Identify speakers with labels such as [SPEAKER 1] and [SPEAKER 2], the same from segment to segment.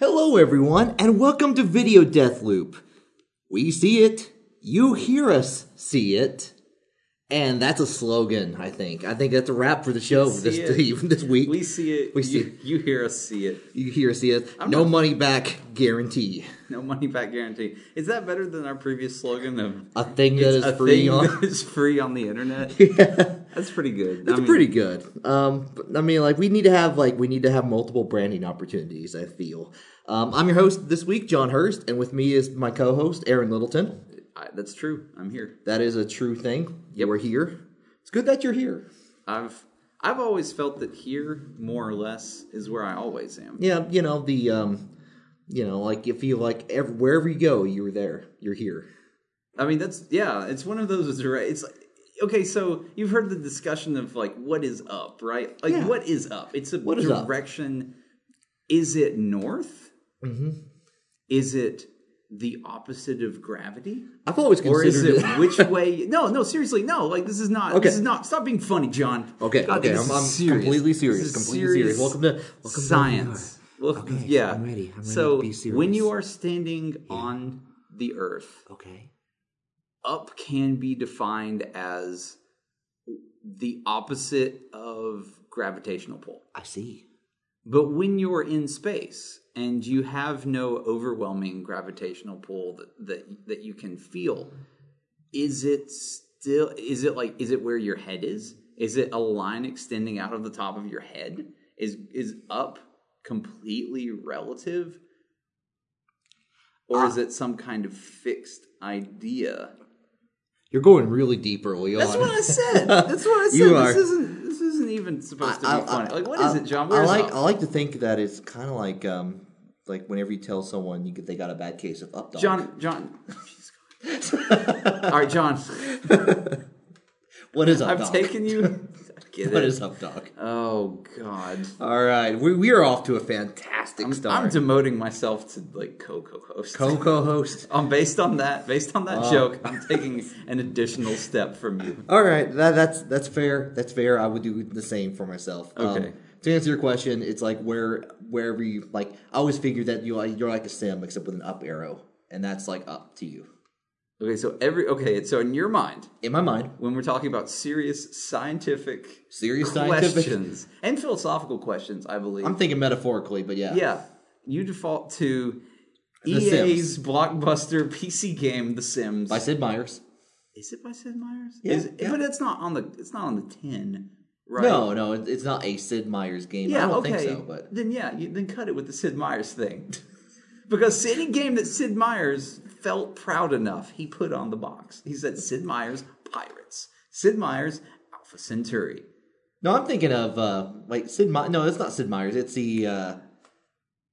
[SPEAKER 1] Hello, everyone, and welcome to Video Death Loop. We see it, you hear us see it, and that's a slogan. I think. I think that's a wrap for the show
[SPEAKER 2] see
[SPEAKER 1] this
[SPEAKER 2] it.
[SPEAKER 1] even this week.
[SPEAKER 2] We see it.
[SPEAKER 1] We
[SPEAKER 2] We
[SPEAKER 1] see
[SPEAKER 2] see
[SPEAKER 1] it.
[SPEAKER 2] you, you hear us see it.
[SPEAKER 1] you hear us see it.
[SPEAKER 2] I'm
[SPEAKER 1] no
[SPEAKER 2] not-
[SPEAKER 1] money back guarantee.
[SPEAKER 2] No money back guarantee. Is that better than our previous slogan of
[SPEAKER 1] A thing that is
[SPEAKER 2] a
[SPEAKER 1] free
[SPEAKER 2] thing
[SPEAKER 1] on.
[SPEAKER 2] that is free on the internet? That's pretty good.
[SPEAKER 1] That's pretty good. Um, but, I mean, like we need to have like we need to have multiple branding opportunities. I feel. Um, I'm your host this week, John Hurst, and with me is my co-host Aaron Littleton.
[SPEAKER 2] I, that's true. I'm here.
[SPEAKER 1] That is a true thing. Yeah, we're here. It's good that you're here.
[SPEAKER 2] I've I've always felt that here, more or less, is where I always am.
[SPEAKER 1] Yeah, you know the, um, you know, like if you like ev wherever you go, you're there. You're here.
[SPEAKER 2] I mean, that's yeah. It's one of those. It's right. It's like- okay. So you've heard the discussion of like what is up, right? Like
[SPEAKER 1] Yeah.
[SPEAKER 2] what is up? It's a
[SPEAKER 1] What is up?
[SPEAKER 2] direction. Is it north?
[SPEAKER 1] Mm-hmm.
[SPEAKER 2] Is it the opposite of gravity,
[SPEAKER 1] I've always
[SPEAKER 2] or is
[SPEAKER 1] considered.
[SPEAKER 2] it
[SPEAKER 1] it-
[SPEAKER 2] which way? No, no. Seriously, no. Like this is not.
[SPEAKER 1] Okay.
[SPEAKER 2] This is not. Stop being funny, John.
[SPEAKER 1] okay,
[SPEAKER 2] God,
[SPEAKER 1] okay,
[SPEAKER 2] this
[SPEAKER 1] I'm,
[SPEAKER 2] is
[SPEAKER 1] I'm
[SPEAKER 2] serious.
[SPEAKER 1] completely
[SPEAKER 2] This
[SPEAKER 1] serious.
[SPEAKER 2] is
[SPEAKER 1] Completely serious. Welcome to welcome to
[SPEAKER 2] science. Well,
[SPEAKER 3] Okay,
[SPEAKER 2] yeah.
[SPEAKER 3] I'm ready. I'm ready
[SPEAKER 2] so
[SPEAKER 3] to be serious.
[SPEAKER 2] when you are standing on the earth,
[SPEAKER 3] Okay.
[SPEAKER 2] up can be defined as the opposite of gravitational pull.
[SPEAKER 3] I see.
[SPEAKER 2] But when you're in space and you have no overwhelming gravitational pull that, that that you can feel, is it still is it like is it where your head is? Is it a line extending out of the top of your head? Is is up completely relative? Or is it some kind of fixed idea?
[SPEAKER 1] You're going really deep early
[SPEAKER 2] That's
[SPEAKER 1] on.
[SPEAKER 2] what I said. That's what I said.
[SPEAKER 1] You
[SPEAKER 2] this
[SPEAKER 1] are-
[SPEAKER 2] isn't this isn't even supposed to be funny. Like what is
[SPEAKER 1] I-
[SPEAKER 2] it, John?
[SPEAKER 1] I
[SPEAKER 2] Where's
[SPEAKER 1] like
[SPEAKER 2] up?
[SPEAKER 1] I like to think that it's kind of like um like whenever you tell someone you could, they got a bad case of up dog.
[SPEAKER 2] John, John. All right, John.
[SPEAKER 1] what is up
[SPEAKER 2] I've
[SPEAKER 1] dog?
[SPEAKER 2] taken you. Get
[SPEAKER 1] what
[SPEAKER 2] it.
[SPEAKER 1] is up dog?
[SPEAKER 2] oh God.
[SPEAKER 1] All right, we we are off to a fantastic
[SPEAKER 2] I'm
[SPEAKER 1] start.
[SPEAKER 2] demoting myself to like co-co-host.
[SPEAKER 1] Co-co-host.
[SPEAKER 2] um, based on that, based on that
[SPEAKER 1] Oh.
[SPEAKER 2] joke, I'm taking an additional step from you.
[SPEAKER 1] All right, that, that's that's fair. That's fair. I would do the same for myself. Um,
[SPEAKER 2] Okay.
[SPEAKER 1] to answer your question, it's like where wherever you like. I always figure that you are- you're like a sim except with an up arrow, and that's like up to you.
[SPEAKER 2] Okay, so every okay, so in your mind,
[SPEAKER 1] In my mind,
[SPEAKER 2] when we're talking about serious scientific
[SPEAKER 1] serious scientific.
[SPEAKER 2] questions and philosophical questions, I believe.
[SPEAKER 1] I'm thinking metaphorically, but yeah,
[SPEAKER 2] yeah, you default to
[SPEAKER 1] Sims.
[SPEAKER 2] EA's blockbuster PC game, The Sims.
[SPEAKER 1] by Sid Meier's.
[SPEAKER 2] Is it by Sid Meier's?
[SPEAKER 1] Yeah,
[SPEAKER 2] Is it,
[SPEAKER 1] yeah.
[SPEAKER 2] But it's not on the it's not on the tin, right?
[SPEAKER 1] No, no, it- it's not a Sid Meier's game.
[SPEAKER 2] Yeah.
[SPEAKER 1] I don't
[SPEAKER 2] okay.
[SPEAKER 1] think so, but
[SPEAKER 2] then yeah, you, then cut it with the Sid Meier's thing, because any game that Sid Meier's felt proud enough, he put on the box. He said Sid Meier's Pirates, Sid Meier's Alpha Centauri.
[SPEAKER 1] no, I'm thinking of uh, like Sid. Me- no, it's not Sid Meier's. It's the uh,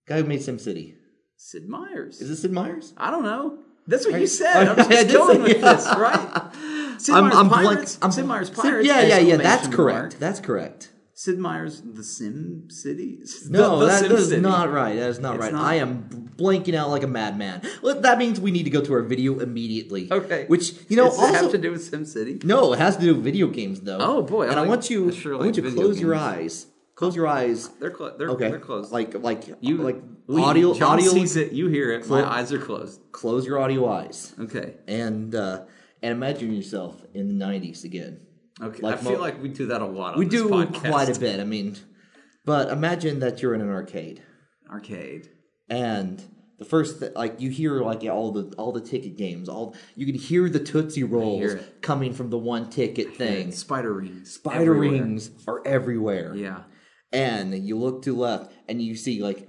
[SPEAKER 1] guy who made Sim City.
[SPEAKER 2] Sid Meier's.
[SPEAKER 1] Is it Sid Meier's?
[SPEAKER 2] I don't know. That's what you
[SPEAKER 1] I
[SPEAKER 2] said. I'm
[SPEAKER 1] did
[SPEAKER 2] just going
[SPEAKER 1] say-
[SPEAKER 2] with this, right? Sid Meier's Pirates.
[SPEAKER 1] blank- I'm-
[SPEAKER 2] Sid Meier's
[SPEAKER 1] Sid-
[SPEAKER 2] Pirates.
[SPEAKER 1] yeah, yeah, yeah. That's
[SPEAKER 2] exclamation
[SPEAKER 1] correct.
[SPEAKER 2] mark.
[SPEAKER 1] That's correct.
[SPEAKER 2] Sid Meier's The Sim City. The-
[SPEAKER 1] No,
[SPEAKER 2] The
[SPEAKER 1] that-
[SPEAKER 2] Sim
[SPEAKER 1] that is
[SPEAKER 2] City.
[SPEAKER 1] not right. That is not right.
[SPEAKER 2] not.
[SPEAKER 1] I am blanking out like a madman. Well, that means we need to go to our video immediately.
[SPEAKER 2] Okay.
[SPEAKER 1] Which you know
[SPEAKER 2] Does it
[SPEAKER 1] also
[SPEAKER 2] have to do with SimCity?
[SPEAKER 1] no, it has to do with video games though.
[SPEAKER 2] Oh, boy, I
[SPEAKER 1] And I
[SPEAKER 2] like-
[SPEAKER 1] want you,
[SPEAKER 2] I sure
[SPEAKER 1] I want
[SPEAKER 2] like
[SPEAKER 1] you to
[SPEAKER 2] video
[SPEAKER 1] close your
[SPEAKER 2] games.
[SPEAKER 1] eyes. Close your eyes.
[SPEAKER 2] They're closed. They're,
[SPEAKER 1] Okay.
[SPEAKER 2] they're closed.
[SPEAKER 1] Like like
[SPEAKER 2] you,
[SPEAKER 1] like
[SPEAKER 2] we-
[SPEAKER 1] audio
[SPEAKER 2] John
[SPEAKER 1] audio.
[SPEAKER 2] sees it. You hear it. My eyes are closed.
[SPEAKER 1] Close your audio eyes
[SPEAKER 2] Okay.
[SPEAKER 1] and uh, and imagine yourself in the '90s again.
[SPEAKER 2] Okay.
[SPEAKER 1] Like
[SPEAKER 2] I feel
[SPEAKER 1] mo-
[SPEAKER 2] like we do that a lot. On
[SPEAKER 1] We
[SPEAKER 2] this
[SPEAKER 1] do
[SPEAKER 2] podcast.
[SPEAKER 1] quite a bit. I mean, but imagine that you're in an arcade.
[SPEAKER 2] Arcade.
[SPEAKER 1] and the first th- like you hear like all the all the ticket games all you can hear the tootsie rolls
[SPEAKER 2] it.
[SPEAKER 1] coming from the one ticket thing
[SPEAKER 2] Spider rings.
[SPEAKER 1] spider
[SPEAKER 2] everywhere.
[SPEAKER 1] rings are everywhere
[SPEAKER 2] Yeah.
[SPEAKER 1] and you look to left and you see like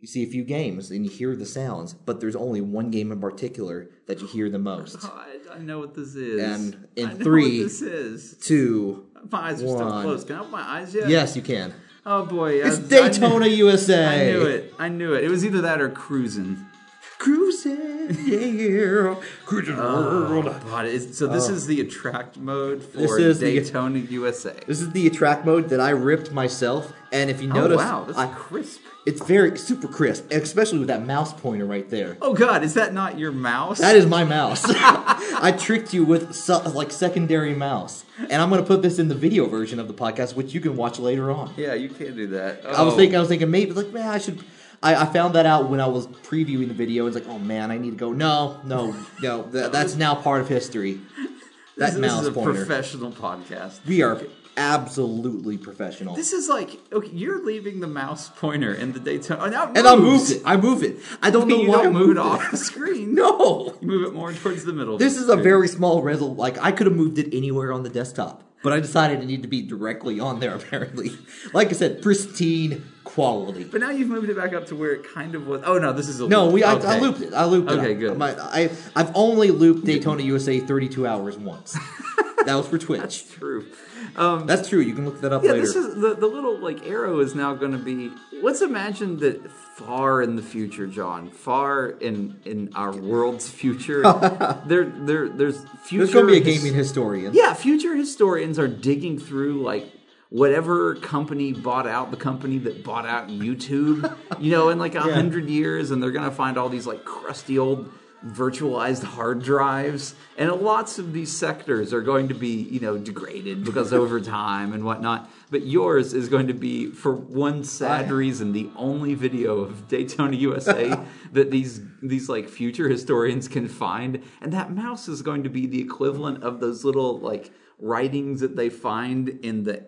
[SPEAKER 1] you see a few games and you hear the sounds but there's only one game in particular that you hear the most
[SPEAKER 2] God, Oh, I know what this is.
[SPEAKER 1] And in
[SPEAKER 2] I know
[SPEAKER 1] three-
[SPEAKER 2] what this is.
[SPEAKER 1] two
[SPEAKER 2] My eyes are still
[SPEAKER 1] one.
[SPEAKER 2] closed. Can I open my eyes yet?
[SPEAKER 1] yes you can
[SPEAKER 2] Oh boy.
[SPEAKER 1] it's
[SPEAKER 2] I,
[SPEAKER 1] daytona
[SPEAKER 2] I
[SPEAKER 1] usa
[SPEAKER 2] knew, I knew it. I knew it. It was either that or cruising.
[SPEAKER 1] cruising yeah cruising world
[SPEAKER 2] God, is, so this is the attract mode for
[SPEAKER 1] Oh. This is the-
[SPEAKER 2] Daytona USA.
[SPEAKER 1] This is the attract mode that I ripped myself, and if you notice,
[SPEAKER 2] oh wow, that's
[SPEAKER 1] I-
[SPEAKER 2] crisp.
[SPEAKER 1] it's very super crisp, especially with that mouse pointer right there.
[SPEAKER 2] Oh god, is that not your mouse?
[SPEAKER 1] That is my mouse. I tricked you with su- like secondary mouse, and I'm gonna put this in the video version of the podcast, which you can watch later on.
[SPEAKER 2] yeah, you can't do that.
[SPEAKER 1] I was
[SPEAKER 2] Oh.
[SPEAKER 1] thinking, I was thinking maybe like, man, I should. I, I found that out when I was previewing the video. It's like, oh man, I need to go. No, no, no. Th- that's now part of history. That
[SPEAKER 2] This,
[SPEAKER 1] mouse
[SPEAKER 2] is a
[SPEAKER 1] pointer.
[SPEAKER 2] professional podcast.
[SPEAKER 1] we are absolutely professional.
[SPEAKER 2] This is like okay, you're leaving the mouse pointer in the Daytona. Oh, now it
[SPEAKER 1] and I
[SPEAKER 2] moves.
[SPEAKER 1] moved it. I moved it. I don't know
[SPEAKER 2] You
[SPEAKER 1] why I
[SPEAKER 2] don't move
[SPEAKER 1] moved
[SPEAKER 2] it off
[SPEAKER 1] it.
[SPEAKER 2] the screen.
[SPEAKER 1] No.
[SPEAKER 2] you move it more towards the middle. of
[SPEAKER 1] This
[SPEAKER 2] the
[SPEAKER 1] is a
[SPEAKER 2] screen.
[SPEAKER 1] very small resol. Like I could have moved it anywhere on the desktop, but I decided it needed to be directly on there. Apparently, like I said, pristine quality.
[SPEAKER 2] But now you've moved it back up to where it kind of was. Oh no, this is a
[SPEAKER 1] No,
[SPEAKER 2] loop.
[SPEAKER 1] we I, I
[SPEAKER 2] Okay.
[SPEAKER 1] looped it. I looped it.
[SPEAKER 2] Okay,
[SPEAKER 1] I-
[SPEAKER 2] good.
[SPEAKER 1] My, I I've only looped Daytona USA 32 hours once. that was for Twitch.
[SPEAKER 2] True.
[SPEAKER 1] That's true. You can look that up
[SPEAKER 2] Yeah,
[SPEAKER 1] later.
[SPEAKER 2] this is the, the little like arrow is now going to be. Let's imagine that far in the future, John, far in in our world's future, there there there's future.
[SPEAKER 1] There's going to be a
[SPEAKER 2] his-
[SPEAKER 1] gaming historian.
[SPEAKER 2] Yeah, future historians are digging through like whatever company bought out the company that bought out YouTube, you know, in like a hundred years, and they're gonna find all these like crusty old virtualized hard drives, and lots of these sectors are going to be you know degraded because over time and whatnot. But yours is going to be, for one sad reason, the only video of Daytona USA that these these like future historians can find, and that mouse is going to be the equivalent of those little like writings that they find in the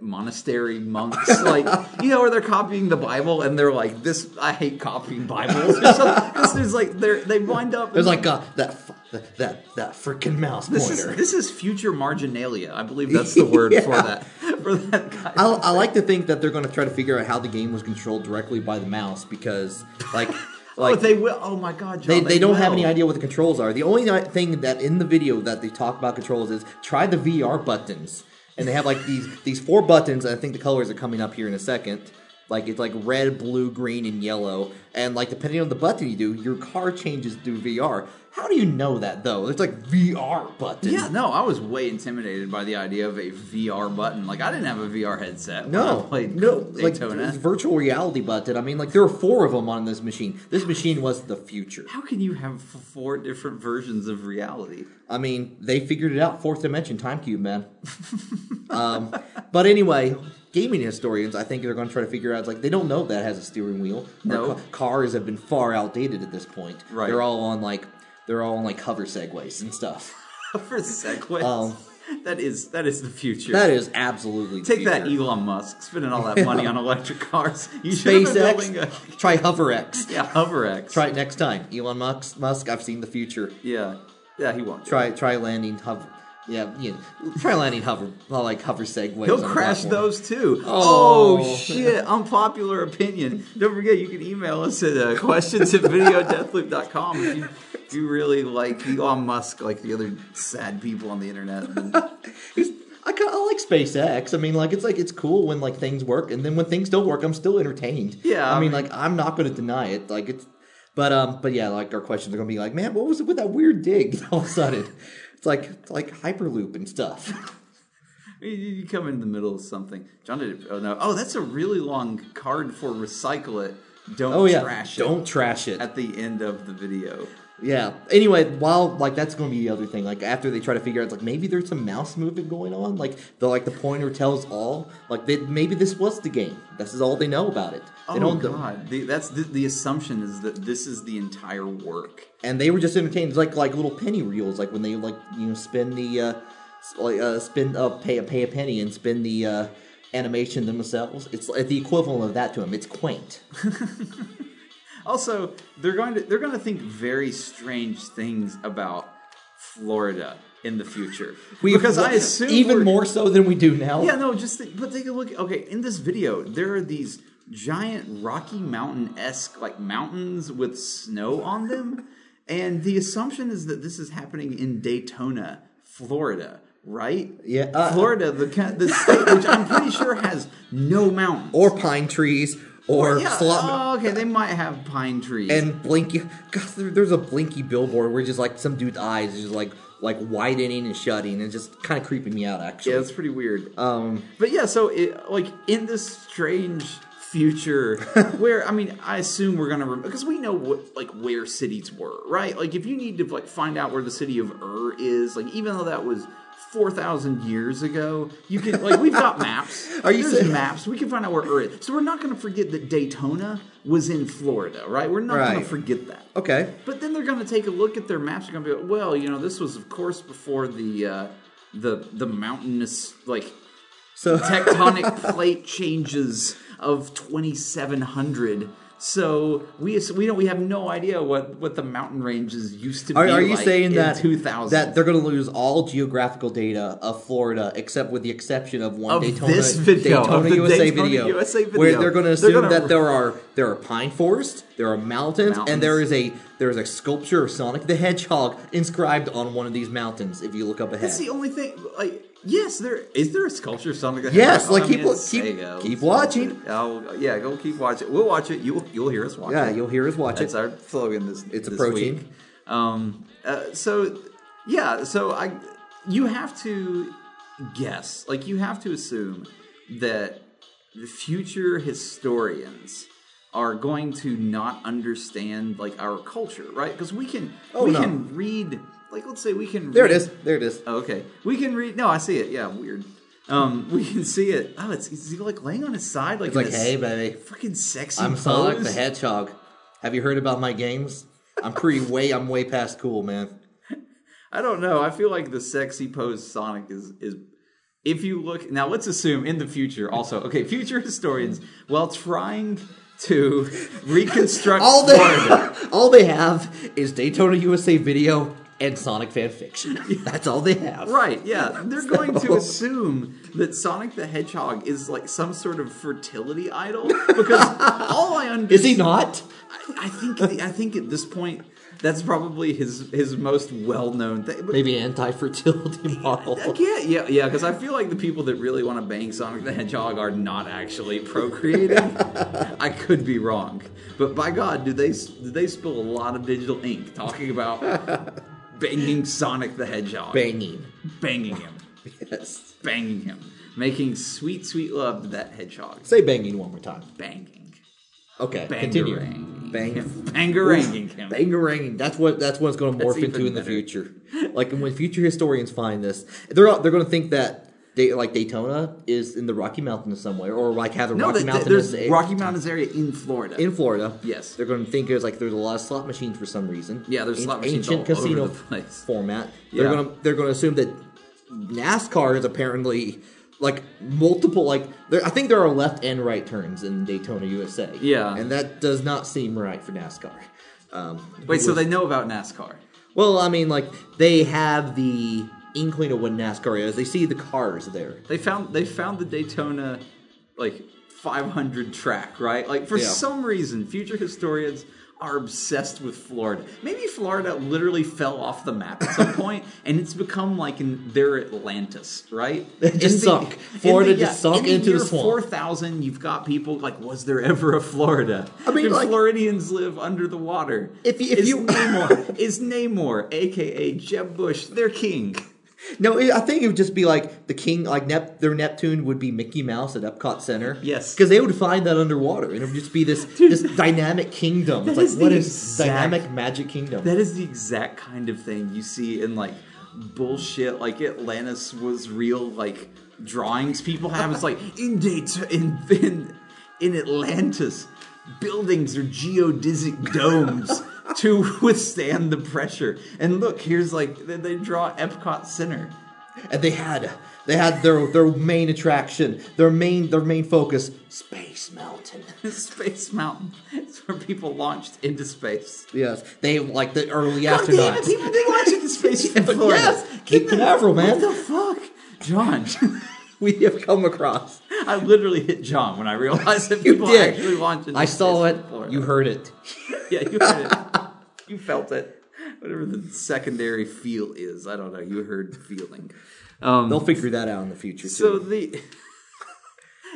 [SPEAKER 2] monastery monks like you know where they're copying the bible and they're like this i hate copying bibles or something because there's like they're they wind up
[SPEAKER 1] There's like uh, that fu- that that, that freaking mouse
[SPEAKER 2] this is
[SPEAKER 1] pointer.
[SPEAKER 2] this is future marginalia i believe that's the word for that for that guy
[SPEAKER 1] I, I like to think that they're going to try to figure out how the game was controlled directly by the mouse because, like,
[SPEAKER 2] oh,
[SPEAKER 1] like
[SPEAKER 2] they will oh my god John,
[SPEAKER 1] they, they don't have
[SPEAKER 2] will.
[SPEAKER 1] any idea what the controls are. The only ni- thing that in the video that they talk about controls is try the VR buttons, and they have like these these four buttons. And I think the colors are coming up here in a second. Like it's like red, blue, green, and yellow, and like depending on the button you do, your car changes through VR. How do you know that though? It's like VR buttons.
[SPEAKER 2] yeah, no, I was way intimidated by the idea of a VR button. Like, I didn't have a VR headset. when
[SPEAKER 1] No,
[SPEAKER 2] I played
[SPEAKER 1] no, like
[SPEAKER 2] Daytona.
[SPEAKER 1] it's virtual reality button. I mean, like there were four of them on this machine. This machine was the future.
[SPEAKER 2] How can you have f- four different versions of reality?
[SPEAKER 1] I mean, they figured it out. Fourth dimension time cube, man. um, but anyway, gaming historians, I think they're going to try to figure out. Like they don't know that it has a steering wheel. Their
[SPEAKER 2] No.
[SPEAKER 1] ca- cars have been far outdated at this point.
[SPEAKER 2] Right.
[SPEAKER 1] They're all on like they're all on like hover segways and stuff.
[SPEAKER 2] For segways,
[SPEAKER 1] Um,
[SPEAKER 2] that is that is the future.
[SPEAKER 1] That is absolutely the
[SPEAKER 2] Take that,
[SPEAKER 1] future.
[SPEAKER 2] Elon Musk, spending all that money on electric cars. You should have been building a
[SPEAKER 1] SpaceX. try HoverX.
[SPEAKER 2] yeah HoverX.
[SPEAKER 1] Try it next time, Elon Musk. Musk, I've seen the future.
[SPEAKER 2] Yeah, yeah, he won't.
[SPEAKER 1] Try try landing hover. Yeah, you know, try landing hover like hover segways.
[SPEAKER 2] He'll
[SPEAKER 1] on a
[SPEAKER 2] crash
[SPEAKER 1] platform.
[SPEAKER 2] those too.
[SPEAKER 1] Oh.
[SPEAKER 2] Oh. shit! Unpopular opinion. Don't forget, you can email us at uh, questions at videodeathloop.com if you, if you really like Elon Musk, like the other sad people on the internet. then
[SPEAKER 1] It's- I kind of like SpaceX. I mean, like it's like it's cool when like things work, and then when things don't work, I'm still entertained.
[SPEAKER 2] Yeah,
[SPEAKER 1] I
[SPEAKER 2] I
[SPEAKER 1] mean, like I'm not going to deny it. Like it's, but um, but yeah, like our questions are going to be like, man, what was it with that weird dig all of a sudden? It's like it's like Hyperloop and stuff.
[SPEAKER 2] You- You come in the middle of something. John did it. Oh no! Oh, that's a really long card for recycle it. Don't
[SPEAKER 1] Oh yeah,
[SPEAKER 2] trash
[SPEAKER 1] don't
[SPEAKER 2] it.
[SPEAKER 1] trash it.
[SPEAKER 2] At the end of the video,
[SPEAKER 1] Yeah. Anyway, while like that's going to be the other thing. Like after they try to figure out, it's like maybe there's some mouse movement going on. Like the like the pointer tells all. Like they, maybe this was the game. This is all they know about it. They
[SPEAKER 2] oh
[SPEAKER 1] don't
[SPEAKER 2] god, the, that's the, the assumption is that this is the entire work.
[SPEAKER 1] and they were just entertained. It's like like little penny reels. Like when they like you know spin the uh, s- like uh, spin uh, pay pay a penny and spin the uh, animation themselves. It's like the equivalent of that to them. It's quaint.
[SPEAKER 2] Also, they're going to they're going to think very strange things about Florida in the future. because I assume
[SPEAKER 1] even
[SPEAKER 2] we're-
[SPEAKER 1] more so than we do now.
[SPEAKER 2] Yeah, no, just think, but take a look. Okay, in this video, there are these giant Rocky Mountain esque like mountains with snow on them, and the assumption is that this is happening in Daytona, Florida, right?
[SPEAKER 1] Yeah, uh,
[SPEAKER 2] Florida, the ca- the state which I'm pretty sure has no mountains
[SPEAKER 1] Or pine trees or
[SPEAKER 2] yeah,
[SPEAKER 1] slot.
[SPEAKER 2] oh, okay, they might have pine trees.
[SPEAKER 1] and blinky god there, there's a blinky billboard where just like some dude's eyes is just like like widening and shutting and just kind of creeping me out actually
[SPEAKER 2] yeah, that's pretty weird.
[SPEAKER 1] um
[SPEAKER 2] But yeah, so it, like in this strange future where I mean, I assume we're gonna because we know what like where cities were, right? Like if you need to like find out where the city of Ur is, like even though that was four thousand years ago, you can like we've got maps.
[SPEAKER 1] Are you
[SPEAKER 2] There's
[SPEAKER 1] saying-
[SPEAKER 2] maps? We can find out where Ur is. So we're not gonna forget that Daytona was in Florida, right? We're not going
[SPEAKER 1] Right.
[SPEAKER 2] to forget that.
[SPEAKER 1] Okay.
[SPEAKER 2] But then they're going to take a look at their maps. They're going to be like, well, you know, this was of course before the uh, the the mountainous like
[SPEAKER 1] So
[SPEAKER 2] tectonic plate changes of 2700. So we ass- we don't we have no idea what what the mountain ranges used to
[SPEAKER 1] Are,
[SPEAKER 2] be.
[SPEAKER 1] are you
[SPEAKER 2] like
[SPEAKER 1] saying
[SPEAKER 2] in
[SPEAKER 1] that
[SPEAKER 2] 2000
[SPEAKER 1] that they're going to lose all geographical data of Florida except with the exception of one
[SPEAKER 2] Of
[SPEAKER 1] Daytona,
[SPEAKER 2] this video, of
[SPEAKER 1] Daytona
[SPEAKER 2] the
[SPEAKER 1] USA
[SPEAKER 2] Daytona
[SPEAKER 1] video,
[SPEAKER 2] USA video.
[SPEAKER 1] where they're going to
[SPEAKER 2] They're
[SPEAKER 1] assume
[SPEAKER 2] gonna-
[SPEAKER 1] that there are there are pine forests, there are mountains,
[SPEAKER 2] Mountains.
[SPEAKER 1] and there is a there is a sculpture of Sonic the Hedgehog inscribed on one of these mountains. If you look up ahead,
[SPEAKER 2] That's the only thing. Like, yes, there is there a sculpture of Sonic. the
[SPEAKER 1] Yes,
[SPEAKER 2] Hedgehog?
[SPEAKER 1] like,
[SPEAKER 2] I
[SPEAKER 1] keep
[SPEAKER 2] mean,
[SPEAKER 1] wa-
[SPEAKER 2] it's
[SPEAKER 1] keep-
[SPEAKER 2] Sega,
[SPEAKER 1] keep
[SPEAKER 2] so-
[SPEAKER 1] watching.
[SPEAKER 2] Oh, yeah, go keep watching. We'll watch it. You will you'll hear us watch
[SPEAKER 1] yeah,
[SPEAKER 2] it.
[SPEAKER 1] you'll hear us watch
[SPEAKER 2] That's
[SPEAKER 1] it.
[SPEAKER 2] our slogan. This
[SPEAKER 1] It's a
[SPEAKER 2] this
[SPEAKER 1] protein.
[SPEAKER 2] week. Um. uh, so, yeah. So I, you have to guess. Like you have to assume that the future historians are going to not understand like our culture, right? Because we can
[SPEAKER 1] Oh,
[SPEAKER 2] we
[SPEAKER 1] no.
[SPEAKER 2] can read. Like let's say we can.
[SPEAKER 1] There it
[SPEAKER 2] read-
[SPEAKER 1] is. There it is.
[SPEAKER 2] Oh, okay. We can read. No, I see it. Yeah, weird. Um, we can see it. Oh, it's is he like laying on his side, like
[SPEAKER 1] It's like,
[SPEAKER 2] in this
[SPEAKER 1] hey, baby,
[SPEAKER 2] fucking sexy.
[SPEAKER 1] I'm Sonic the
[SPEAKER 2] pose?
[SPEAKER 1] Hedgehog. Have you heard about my games? I'm pretty way. I'm way past cool, man.
[SPEAKER 2] I don't know. I feel like the sexy pose Sonic is is if you look now let's assume in the future also okay future historians while trying to reconstruct
[SPEAKER 1] All
[SPEAKER 2] Florida,
[SPEAKER 1] they all they have is Daytona USA video and Sonic fan fiction. That's all they have.
[SPEAKER 2] right yeah they're going to assume that Sonic the Hedgehog is like some sort of fertility idol because all I understand
[SPEAKER 1] Is he not?
[SPEAKER 2] I, I think I think at this point that's probably his his most well known thing But
[SPEAKER 1] Maybe anti-fertility model.
[SPEAKER 2] I can't. Yeah, yeah. Because I feel like the people that really want to bang Sonic the Hedgehog are not actually procreating. I could be wrong, but by God, do they did they spill a lot of digital ink talking about banging Sonic the Hedgehog,
[SPEAKER 1] Banging.
[SPEAKER 2] banging him,
[SPEAKER 1] Yes.
[SPEAKER 2] banging him, making sweet, sweet love to that hedgehog,
[SPEAKER 1] Say banging one more time.
[SPEAKER 2] banging,
[SPEAKER 1] Okay. Continue.
[SPEAKER 2] bangeranging,
[SPEAKER 1] Bang.
[SPEAKER 2] bangeranging him.
[SPEAKER 1] Bangeranging. That's what that's what it's going to morph
[SPEAKER 2] even
[SPEAKER 1] into in the
[SPEAKER 2] better.
[SPEAKER 1] future. Like when future historians find this, they're all- they're going to think that. They, like Daytona is in the Rocky Mountains somewhere, or like have the
[SPEAKER 2] No,
[SPEAKER 1] Rocky
[SPEAKER 2] that- that-
[SPEAKER 1] Mountains
[SPEAKER 2] there's Rocky Mountains area in Florida.
[SPEAKER 1] in Florida.
[SPEAKER 2] Yes.
[SPEAKER 1] they're going to think it's like there's a lot of slot machines for some reason.
[SPEAKER 2] Yeah, there's
[SPEAKER 1] An-
[SPEAKER 2] slot machines
[SPEAKER 1] ancient
[SPEAKER 2] all over
[SPEAKER 1] casino
[SPEAKER 2] the place.
[SPEAKER 1] format. They're
[SPEAKER 2] Yeah.
[SPEAKER 1] going to they're going to assume that NASCAR is apparently like multiple like there, I think there are left and right turns in Daytona USA.
[SPEAKER 2] Yeah.
[SPEAKER 1] and that does not seem right for NASCAR. Um,
[SPEAKER 2] Wait, so they know about NASCAR?
[SPEAKER 1] well, I mean, like they have the inkling of what NASCAR is. They see the cars there.
[SPEAKER 2] They found they found the Daytona like 500 track, right? Like for
[SPEAKER 1] Yeah.
[SPEAKER 2] some reason, future historians are obsessed with Florida. Maybe Florida literally fell off the map at some point, and it's become like in their Atlantis, right?
[SPEAKER 1] It just
[SPEAKER 2] In the-
[SPEAKER 1] sunk.
[SPEAKER 2] in
[SPEAKER 1] Florida
[SPEAKER 2] the-
[SPEAKER 1] just
[SPEAKER 2] yeah,
[SPEAKER 1] sunk
[SPEAKER 2] in
[SPEAKER 1] into the
[SPEAKER 2] year
[SPEAKER 1] swamp.
[SPEAKER 2] 4,000, you've got people like, was there ever a Florida?
[SPEAKER 1] I mean,
[SPEAKER 2] Do
[SPEAKER 1] like-
[SPEAKER 2] Floridians live under the water?
[SPEAKER 1] If you- if
[SPEAKER 2] is
[SPEAKER 1] you-
[SPEAKER 2] Namor, is Namor, aka Jeb Bush, their king?
[SPEAKER 1] No, it, I think it would just be like the king, like Nep, their Neptune would be Mickey Mouse at Epcot Center.
[SPEAKER 2] Yes.
[SPEAKER 1] because they would find that underwater, and it would just be this this dynamic kingdom. It's
[SPEAKER 2] that
[SPEAKER 1] like
[SPEAKER 2] is
[SPEAKER 1] what
[SPEAKER 2] the
[SPEAKER 1] is
[SPEAKER 2] exact-
[SPEAKER 1] dynamic magic kingdom?
[SPEAKER 2] That is the exact kind of thing you see in like bullshit, like Atlantis was real, like drawings people have. It's like in data in in, in Atlantis, buildings are geodesic domes to withstand the pressure. And look, here's like they, they draw Epcot Center.
[SPEAKER 1] and they had they had their their main attraction, their main their main focus, Space Mountain.
[SPEAKER 2] Space Mountain. It's where people launched into space.
[SPEAKER 1] Yes, they like the early
[SPEAKER 2] God damn it,
[SPEAKER 1] astronauts.
[SPEAKER 2] people did launch into space from Florida.
[SPEAKER 1] yes, Cape
[SPEAKER 2] Get the-
[SPEAKER 1] Canaveral, man.
[SPEAKER 2] What the fuck? John.
[SPEAKER 1] we have come across.
[SPEAKER 2] I literally hit John when I realized that
[SPEAKER 1] You
[SPEAKER 2] people
[SPEAKER 1] did.
[SPEAKER 2] actually launched into
[SPEAKER 1] I saw
[SPEAKER 2] space
[SPEAKER 1] it.
[SPEAKER 2] before.
[SPEAKER 1] You heard it.
[SPEAKER 2] yeah, you heard it. You felt it. Whatever the secondary feel is, I don't know. You heard feeling. Um,
[SPEAKER 1] They'll figure that out in the future. Too.
[SPEAKER 2] so the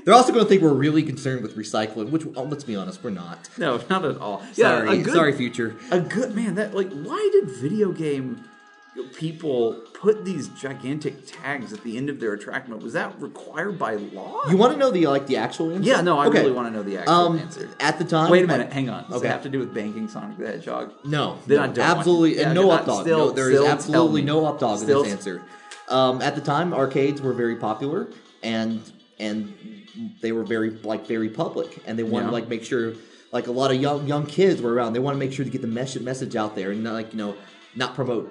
[SPEAKER 1] They're also going to think we're really concerned with recycling, which oh, let's be honest, we're not.
[SPEAKER 2] no, not at all. Yeah,
[SPEAKER 1] Sorry,
[SPEAKER 2] a good,
[SPEAKER 1] sorry, future.
[SPEAKER 2] a good man. That like, why did video game people put these gigantic tags at the end of their attractment? Was that required by law?
[SPEAKER 1] You want to know the like the actual answer?
[SPEAKER 2] yeah, no, I really want to know the actual
[SPEAKER 1] um,
[SPEAKER 2] answer.
[SPEAKER 1] At the time,
[SPEAKER 2] Wait a minute,
[SPEAKER 1] like-
[SPEAKER 2] hang on. Does
[SPEAKER 1] okay.
[SPEAKER 2] it have to do with banking Sonic the Hedgehog?
[SPEAKER 1] No,
[SPEAKER 2] Then
[SPEAKER 1] no,
[SPEAKER 2] I don't want
[SPEAKER 1] absolutely,
[SPEAKER 2] to. Yeah,
[SPEAKER 1] and no
[SPEAKER 2] I-
[SPEAKER 1] up dog.
[SPEAKER 2] still-
[SPEAKER 1] no, there is
[SPEAKER 2] still tell
[SPEAKER 1] absolutely
[SPEAKER 2] me.
[SPEAKER 1] no up dog in
[SPEAKER 2] Still-
[SPEAKER 1] this answer. Um, at the time, arcades were very popular, and and they were very like very public, and they wanted
[SPEAKER 2] Yeah.
[SPEAKER 1] to like make sure like a lot of young young kids were around. They want to make sure to get the message message out there and not like you know not promote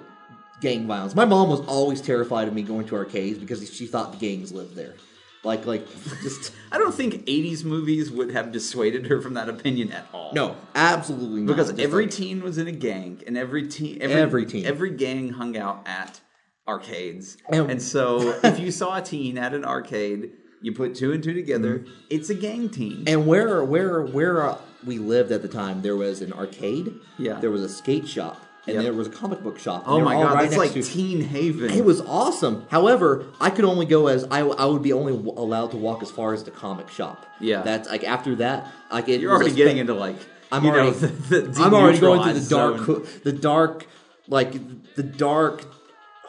[SPEAKER 1] gang violence. My mom was always terrified of me going to arcades because she thought the gangs lived there. Like like just
[SPEAKER 2] I don't think 80s movies would have dissuaded her from that opinion at all.
[SPEAKER 1] no, absolutely not.
[SPEAKER 2] Because
[SPEAKER 1] Just
[SPEAKER 2] every
[SPEAKER 1] like-
[SPEAKER 2] teen was in a gang, and every teen, every,
[SPEAKER 1] Every teen.
[SPEAKER 2] every gang hung out at arcades.
[SPEAKER 1] And-
[SPEAKER 2] and so, if you saw a teen at an arcade, you put two and two together. It's a gang teen.
[SPEAKER 1] Mm-hmm. And where where where uh, we lived at the time, there was an arcade.
[SPEAKER 2] Yeah.
[SPEAKER 1] There was a skate shop, and
[SPEAKER 2] Yep.
[SPEAKER 1] there was a comic book shop. and
[SPEAKER 2] oh
[SPEAKER 1] they were
[SPEAKER 2] my
[SPEAKER 1] all
[SPEAKER 2] god,
[SPEAKER 1] right
[SPEAKER 2] that's
[SPEAKER 1] next
[SPEAKER 2] like
[SPEAKER 1] to-
[SPEAKER 2] Teen Haven.
[SPEAKER 1] It was awesome. However, I could only go as I, I would be only w- allowed to walk as far as the comic shop.
[SPEAKER 2] Yeah.
[SPEAKER 1] that's like after that, like it
[SPEAKER 2] You're
[SPEAKER 1] was a
[SPEAKER 2] already
[SPEAKER 1] spe-
[SPEAKER 2] getting into like
[SPEAKER 1] I'm
[SPEAKER 2] you know,
[SPEAKER 1] already,
[SPEAKER 2] the- the
[SPEAKER 1] I'm already going through the
[SPEAKER 2] denuclearized
[SPEAKER 1] dark,
[SPEAKER 2] zone.
[SPEAKER 1] hoo- the dark, like the dark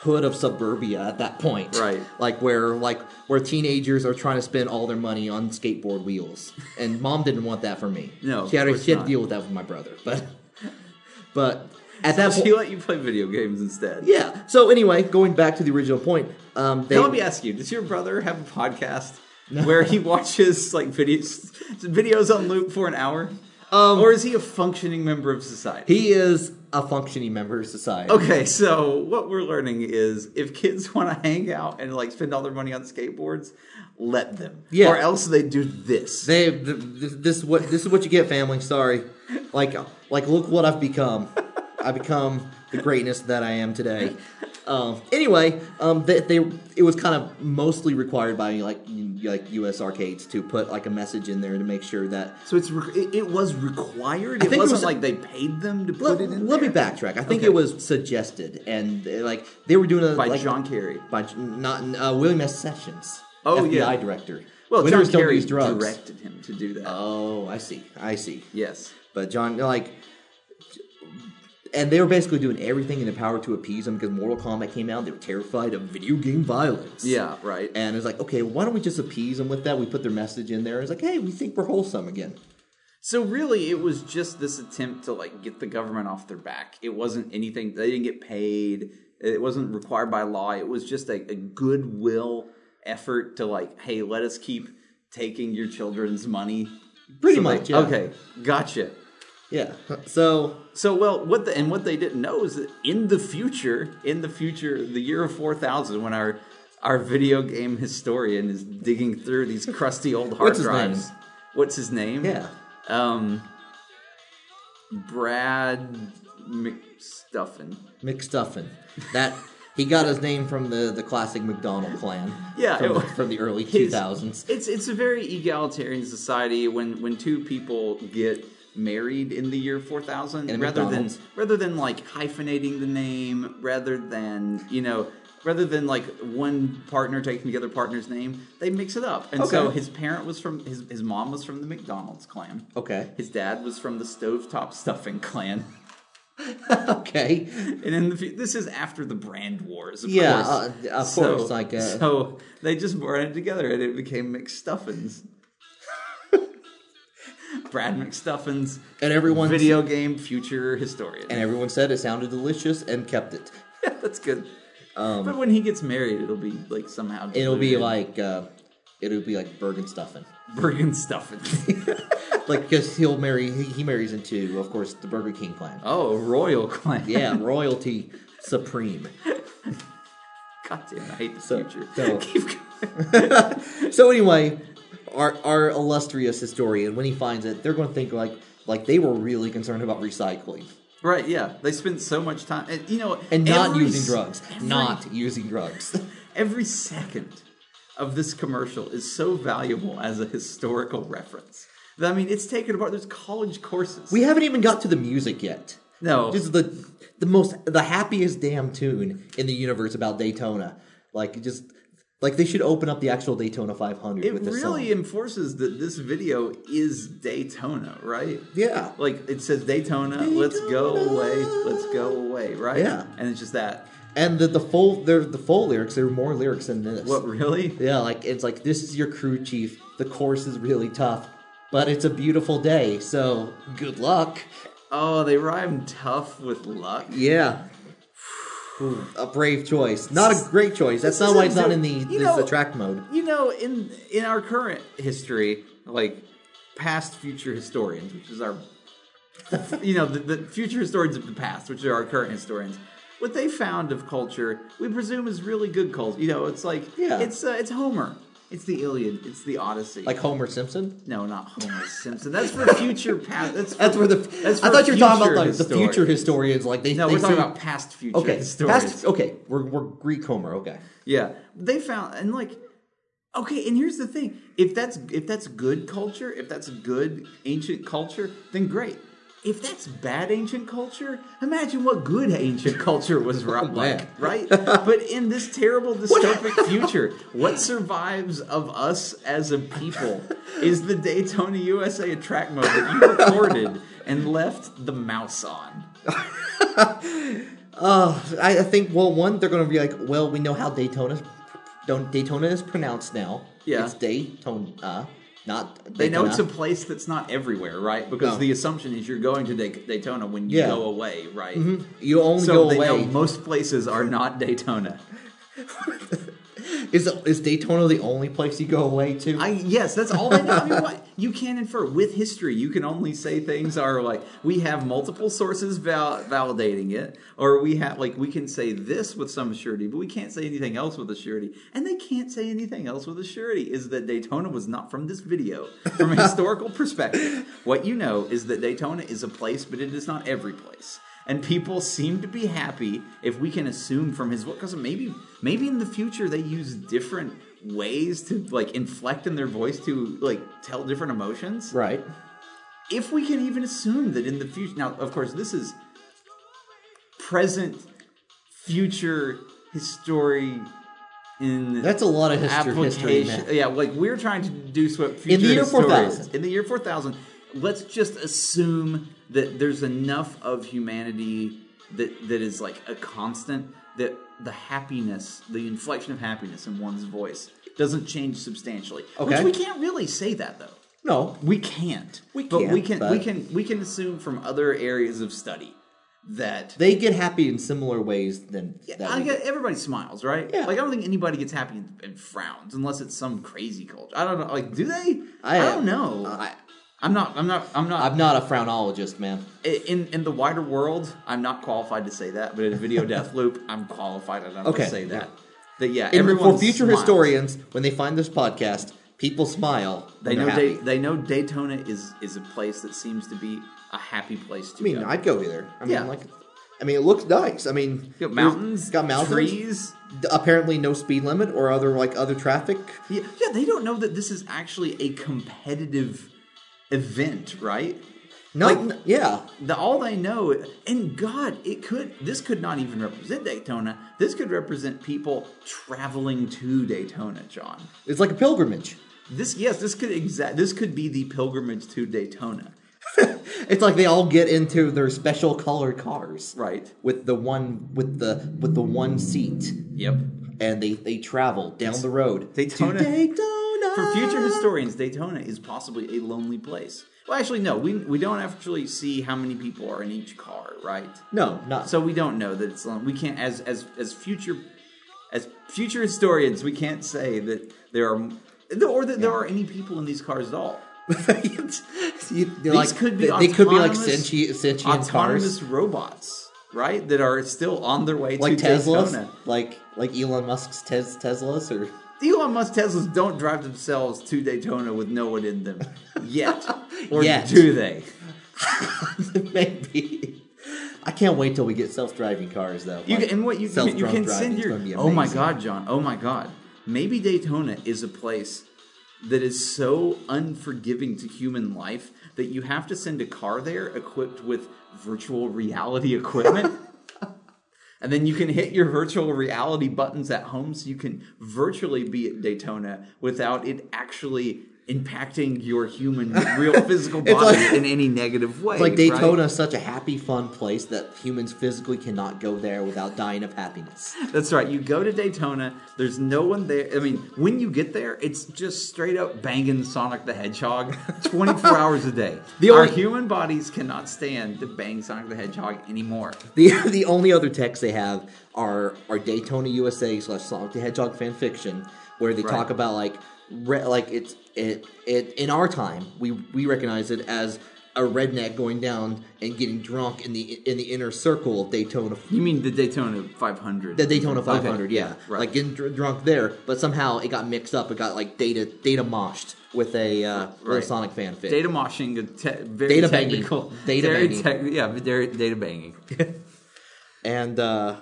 [SPEAKER 1] hood of suburbia at that point.
[SPEAKER 2] Right.
[SPEAKER 1] Like where, like where teenagers are trying to spend all their money on skateboard wheels, and mom didn't want that for me.
[SPEAKER 2] No, of
[SPEAKER 1] she had, to-
[SPEAKER 2] course
[SPEAKER 1] she had to
[SPEAKER 2] not.
[SPEAKER 1] deal with that with my brother, but, but at that
[SPEAKER 2] She
[SPEAKER 1] point,
[SPEAKER 2] let you play video games instead.
[SPEAKER 1] yeah. So anyway, going back to the original point, um, they,
[SPEAKER 2] Now, let me ask you: Does your brother have a podcast where he watches like videos videos on loop for an hour, or is he a functioning member of society?
[SPEAKER 1] Um, he is a functioning member of society.
[SPEAKER 2] okay, so what we're learning is if kids want to hang out and like spend all their money on skateboards, let them.
[SPEAKER 1] Yeah.
[SPEAKER 2] Or else they do this.
[SPEAKER 1] They th- th- this is what this is what you get, family. Sorry, like like look what I've become. I become the greatness that I am today. Um, anyway, um, they, they it was kind of mostly required by like you- like U.S. arcades to put like a message in there to make sure that.
[SPEAKER 2] so it's re- it, it was required.
[SPEAKER 1] I
[SPEAKER 2] It
[SPEAKER 1] think it
[SPEAKER 2] wasn't
[SPEAKER 1] was-
[SPEAKER 2] like they paid them to put
[SPEAKER 1] Let,
[SPEAKER 2] it in.
[SPEAKER 1] let me
[SPEAKER 2] there?
[SPEAKER 1] backtrack. I think
[SPEAKER 2] Okay.
[SPEAKER 1] it was suggested, and uh, like they were doing a
[SPEAKER 2] by
[SPEAKER 1] like,
[SPEAKER 2] John Kerry.
[SPEAKER 1] by not uh, William S. Sessions,
[SPEAKER 2] Oh,
[SPEAKER 1] FBI
[SPEAKER 2] yeah.
[SPEAKER 1] director.
[SPEAKER 2] Well,
[SPEAKER 1] Winners
[SPEAKER 2] John
[SPEAKER 1] don't
[SPEAKER 2] Kerry
[SPEAKER 1] use drugs.
[SPEAKER 2] directed him to do that.
[SPEAKER 1] Oh, I see. I see.
[SPEAKER 2] yes.
[SPEAKER 1] But John, like, and they were basically doing everything in their power to appease him because Mortal Kombat came out. They were terrified of video game violence.
[SPEAKER 2] Yeah. Right.
[SPEAKER 1] And it's like, okay, why don't we just appease them with that? We put their message in there. It's like, hey, we think we're wholesome again.
[SPEAKER 2] So really, it was just this attempt to like get the government off their back. It wasn't anything; they didn't get paid. It wasn't required by law. It was just a, a goodwill effort to like, hey, let us keep taking your children's money.
[SPEAKER 1] Pretty
[SPEAKER 2] So,
[SPEAKER 1] much.
[SPEAKER 2] like,
[SPEAKER 1] yeah.
[SPEAKER 2] Okay, gotcha.
[SPEAKER 1] Yeah. So
[SPEAKER 2] So well, what the and what they didn't know is that in the future, in the future, the year of four thousand, when our our video game historian is digging through these crusty old hard
[SPEAKER 1] What's his
[SPEAKER 2] drives.
[SPEAKER 1] name?
[SPEAKER 2] What's his name?
[SPEAKER 1] yeah,
[SPEAKER 2] Um, Brad McStuffin.
[SPEAKER 1] McStuffin. That he got his name from the the classic McDonald clan.
[SPEAKER 2] Yeah,
[SPEAKER 1] From,
[SPEAKER 2] it
[SPEAKER 1] the,
[SPEAKER 2] was-
[SPEAKER 1] from the early two
[SPEAKER 2] his-
[SPEAKER 1] thousands.
[SPEAKER 2] It's it's a very egalitarian society when when two people get married in the year 4000
[SPEAKER 1] In a
[SPEAKER 2] rather than
[SPEAKER 1] McDonald's.
[SPEAKER 2] rather than like hyphenating the name rather than you know rather than like one partner taking the other partner's name they mix it up and so
[SPEAKER 1] Okay.
[SPEAKER 2] his parent was from his, his mom was from the mcdonald's clan
[SPEAKER 1] Okay.
[SPEAKER 2] his dad was from the stovetop stuffing clan
[SPEAKER 1] okay.
[SPEAKER 2] And in the fu- this is after the brand wars, of
[SPEAKER 1] Yeah,
[SPEAKER 2] course.
[SPEAKER 1] uh, of
[SPEAKER 2] So-
[SPEAKER 1] course, like, uh,
[SPEAKER 2] so they just brought it together, and it became McStuffins. Brad McStuffins,
[SPEAKER 1] And everyone
[SPEAKER 2] video game future historian.
[SPEAKER 1] and everyone said it sounded delicious and kept it.
[SPEAKER 2] yeah, that's good. but when he gets married, it'll be like somehow
[SPEAKER 1] Um, It'll be
[SPEAKER 2] diluted.
[SPEAKER 1] like uh, it'll be like Bergenstuffin.
[SPEAKER 2] Bergenstuffins.
[SPEAKER 1] like because he'll marry he, he marries into of course the Burger King clan.
[SPEAKER 2] oh, royal clan.
[SPEAKER 1] Yeah, royalty supreme.
[SPEAKER 2] God damn, I hate the
[SPEAKER 1] So-
[SPEAKER 2] future.
[SPEAKER 1] so-
[SPEAKER 2] Keep going.
[SPEAKER 1] So anyway, our our illustrious historian when he finds it, they're going to think like like they were really concerned about recycling
[SPEAKER 2] Right, yeah. They spent so much time, and, you know,
[SPEAKER 1] and not
[SPEAKER 2] every
[SPEAKER 1] using
[SPEAKER 2] s-
[SPEAKER 1] drugs,
[SPEAKER 2] every
[SPEAKER 1] not using drugs.
[SPEAKER 2] Every second of this commercial is so valuable as a historical reference. I mean, it's taken apart. There's college courses.
[SPEAKER 1] we haven't even got to the music yet.
[SPEAKER 2] no,
[SPEAKER 1] This is the the most the happiest damn tune in the universe about Daytona. Like just like they should open up the actual Daytona 500
[SPEAKER 2] it
[SPEAKER 1] with this
[SPEAKER 2] really
[SPEAKER 1] song.
[SPEAKER 2] enforces that this video is Daytona, right?
[SPEAKER 1] Yeah.
[SPEAKER 2] Like it says Daytona, let's go
[SPEAKER 1] Daytona.
[SPEAKER 2] away, let's go away, right?
[SPEAKER 1] Yeah.
[SPEAKER 2] And it's just that.
[SPEAKER 1] And the, the full there the full lyrics, there are more lyrics than this.
[SPEAKER 2] What really?
[SPEAKER 1] Yeah, like it's like this is your crew chief. The course is really tough, but it's a beautiful day, so good luck.
[SPEAKER 2] Oh, they rhyme tough with luck.
[SPEAKER 1] Yeah. Ooh, a brave choice. Not a great choice. That's
[SPEAKER 2] This
[SPEAKER 1] not why
[SPEAKER 2] isn't
[SPEAKER 1] it's not
[SPEAKER 2] so-
[SPEAKER 1] in the
[SPEAKER 2] you
[SPEAKER 1] this
[SPEAKER 2] know-
[SPEAKER 1] attract mode.
[SPEAKER 2] You know, in in our current history, like past future historians, which is our, you know, the, the future historians of the past, which are our current historians. What they found of culture, we presume, is really good culture. You know, it's like
[SPEAKER 1] Yeah.
[SPEAKER 2] it's uh, it's Homer, it's the Iliad, it's the Odyssey.
[SPEAKER 1] Like Homer Simpson.
[SPEAKER 2] no, not Homer Simpson. That's for future past. That's for,
[SPEAKER 1] That's where the.
[SPEAKER 2] That's
[SPEAKER 1] I
[SPEAKER 2] for
[SPEAKER 1] thought you were talking about
[SPEAKER 2] future
[SPEAKER 1] like the
[SPEAKER 2] historians.
[SPEAKER 1] future historians. Like they.
[SPEAKER 2] no.
[SPEAKER 1] they
[SPEAKER 2] We're talking
[SPEAKER 1] say-
[SPEAKER 2] about past future
[SPEAKER 1] Okay.
[SPEAKER 2] historians.
[SPEAKER 1] Past, okay. We're we're Greek Homer. Okay.
[SPEAKER 2] Yeah, they found and like, okay, and here's the thing: if that's if that's good culture, if that's good ancient culture, then great. If that's bad ancient culture, imagine what good ancient culture was ro- like,
[SPEAKER 1] man.
[SPEAKER 2] right? But in this terrible dystopic future, what survives of us as a people is the Daytona USA track mode that you recorded and left the mouse on.
[SPEAKER 1] Uh, I, I think well, one they're gonna be like, well, we know how Daytona, don't Daytona is pronounced now.
[SPEAKER 2] Yeah.
[SPEAKER 1] It's Daytona, not. Daytona.
[SPEAKER 2] They know it's a place that's not everywhere, right? Because
[SPEAKER 1] No.
[SPEAKER 2] the assumption is you're going to Day- Daytona when you
[SPEAKER 1] Yeah.
[SPEAKER 2] go away, right?
[SPEAKER 1] You only
[SPEAKER 2] So
[SPEAKER 1] go
[SPEAKER 2] they
[SPEAKER 1] away.
[SPEAKER 2] know most places are not Daytona.
[SPEAKER 1] is is Daytona the only place you go away to?
[SPEAKER 2] I yes, that's all they know. I mean, what you can infer with history, you can only say things are like we have multiple sources val- validating it, or we have like we can say this with some surety, but we can't say anything else with a surety, and they can't say anything else with a surety. Is that Daytona was not from this video from a historical perspective? What you know is that Daytona is a place, but it is not every place. And people seem to be happy if we can assume from his book, because maybe maybe in the future they use different ways to like inflect in their voice to like tell different emotions.
[SPEAKER 1] right.
[SPEAKER 2] If we can even assume that in the future, now of course this is present, future history in
[SPEAKER 1] That's a lot of history. history
[SPEAKER 2] application.
[SPEAKER 1] man.
[SPEAKER 2] yeah, like we're trying to do what future
[SPEAKER 1] the year
[SPEAKER 2] historians-
[SPEAKER 1] 4000.
[SPEAKER 2] In the year four thousand, let's just assume that there's enough of humanity that that is like a constant that the happiness, the inflection of happiness in one's voice doesn't change substantially.
[SPEAKER 1] Okay.
[SPEAKER 2] Which we can't really say that though.
[SPEAKER 1] No,
[SPEAKER 2] We can't.
[SPEAKER 1] We
[SPEAKER 2] But we
[SPEAKER 1] can't,
[SPEAKER 2] can.
[SPEAKER 1] but-
[SPEAKER 2] We can. We can assume from other areas of study that
[SPEAKER 1] they get happy in similar ways than that.
[SPEAKER 2] I
[SPEAKER 1] we
[SPEAKER 2] get everybody smiles, right?
[SPEAKER 1] Yeah.
[SPEAKER 2] Like I don't think anybody gets happy and, and frowns unless it's some crazy culture. I don't know. Like, do they?
[SPEAKER 1] I- uh,
[SPEAKER 2] don't know.
[SPEAKER 1] I-
[SPEAKER 2] I'm not. I'm not. I'm not.
[SPEAKER 1] I'm not a frownologist, man.
[SPEAKER 2] in in the wider world, I'm not qualified to say that. But in video death loop, I'm qualified enough
[SPEAKER 1] Okay,
[SPEAKER 2] to say
[SPEAKER 1] yeah.
[SPEAKER 2] that. That yeah,
[SPEAKER 1] And
[SPEAKER 2] everyone
[SPEAKER 1] for future
[SPEAKER 2] smiles.
[SPEAKER 1] historians, when they find this podcast, people smile.
[SPEAKER 2] they
[SPEAKER 1] when they're
[SPEAKER 2] know
[SPEAKER 1] happy.
[SPEAKER 2] Day, they know Daytona is is a place that seems to be a happy place to
[SPEAKER 1] I mean,
[SPEAKER 2] go.
[SPEAKER 1] I'd go either. I mean,
[SPEAKER 2] Yeah.
[SPEAKER 1] like, I mean, it looks nice. I mean,
[SPEAKER 2] got
[SPEAKER 1] there's-
[SPEAKER 2] mountains,
[SPEAKER 1] got mountains,
[SPEAKER 2] trees.
[SPEAKER 1] D- Apparently, no speed limit or other like other traffic.
[SPEAKER 2] Yeah, yeah, they don't know that this is actually a competitive event, right?
[SPEAKER 1] No,
[SPEAKER 2] Like-
[SPEAKER 1] n- yeah,
[SPEAKER 2] the, all they know and god it could this could not even represent daytona this could represent people traveling to daytona john
[SPEAKER 1] it's like a pilgrimage.
[SPEAKER 2] this yes this could exact this could be the pilgrimage to daytona
[SPEAKER 1] It's like they all get into their special colored cars,
[SPEAKER 2] right
[SPEAKER 1] With the one with the with the one seat,
[SPEAKER 2] yep
[SPEAKER 1] and they they travel down the road.
[SPEAKER 2] Daytona-
[SPEAKER 1] to Daytona
[SPEAKER 2] for future historians daytona is possibly a lonely place well actually no we, we don't actually see how many people are in each car right
[SPEAKER 1] No, not
[SPEAKER 2] so we don't know that it's long. We can't as as as future as future historians, we can't say that there are or that there are any people in these cars at all.
[SPEAKER 1] You- they're
[SPEAKER 2] These
[SPEAKER 1] like-
[SPEAKER 2] could be
[SPEAKER 1] they, they could be like
[SPEAKER 2] autonomous-
[SPEAKER 1] sentient, sentient cars,
[SPEAKER 2] Autonomous robots, right? That are still on their way
[SPEAKER 1] like
[SPEAKER 2] to
[SPEAKER 1] Teslas,
[SPEAKER 2] Daytona.
[SPEAKER 1] like like Elon Musk's tes- Teslas, or
[SPEAKER 2] Elon Musk Teslas don't drive themselves to Daytona with no one in them yet, or
[SPEAKER 1] Yet.
[SPEAKER 2] do they?
[SPEAKER 1] maybe. I can't wait till we get self-driving cars, though.
[SPEAKER 2] You
[SPEAKER 1] Like,
[SPEAKER 2] can, and what you can, you
[SPEAKER 1] self-driving
[SPEAKER 2] can
[SPEAKER 1] driving
[SPEAKER 2] send
[SPEAKER 1] is
[SPEAKER 2] your
[SPEAKER 1] gonna be
[SPEAKER 2] oh my
[SPEAKER 1] amazing.
[SPEAKER 2] god, John, oh my god, maybe Daytona is a place that is so unforgiving to human life that you have to send a car there equipped with virtual reality equipment. And then you can hit your virtual reality buttons at home so you can virtually be at Daytona without it actually impacting your human, real physical
[SPEAKER 1] It's
[SPEAKER 2] body
[SPEAKER 1] like-
[SPEAKER 2] in any negative way.
[SPEAKER 1] It's like
[SPEAKER 2] right?
[SPEAKER 1] Daytona is such a happy, fun place that humans physically cannot go there without dying of happiness.
[SPEAKER 2] That's right. You go to Daytona. There's no one there. I mean, when you get there, it's just straight up banging Sonic the Hedgehog 24 hours a day.
[SPEAKER 1] The
[SPEAKER 2] Our
[SPEAKER 1] only-
[SPEAKER 2] human bodies cannot stand to bang Sonic the Hedgehog anymore.
[SPEAKER 1] The the only other texts they have are are Daytona USA slash Sonic the Hedgehog fan fiction, where they
[SPEAKER 2] Right.
[SPEAKER 1] talk about like re- like it's it it in our time we we recognize it as a redneck going down and getting drunk in the in the inner circle of Daytona
[SPEAKER 2] You mean the Daytona 500?
[SPEAKER 1] the Daytona 500,
[SPEAKER 2] Okay.
[SPEAKER 1] yeah,
[SPEAKER 2] right.
[SPEAKER 1] like getting dr- drunk there, but somehow it got mixed up. It got like data data moshed with a uh,
[SPEAKER 2] Right.
[SPEAKER 1] little Sonic fan fit.
[SPEAKER 2] Data moshing, a te- very
[SPEAKER 1] Data banging.
[SPEAKER 2] technical.
[SPEAKER 1] Data
[SPEAKER 2] very
[SPEAKER 1] banging.
[SPEAKER 2] tech- yeah, but they're data banging.
[SPEAKER 1] and uh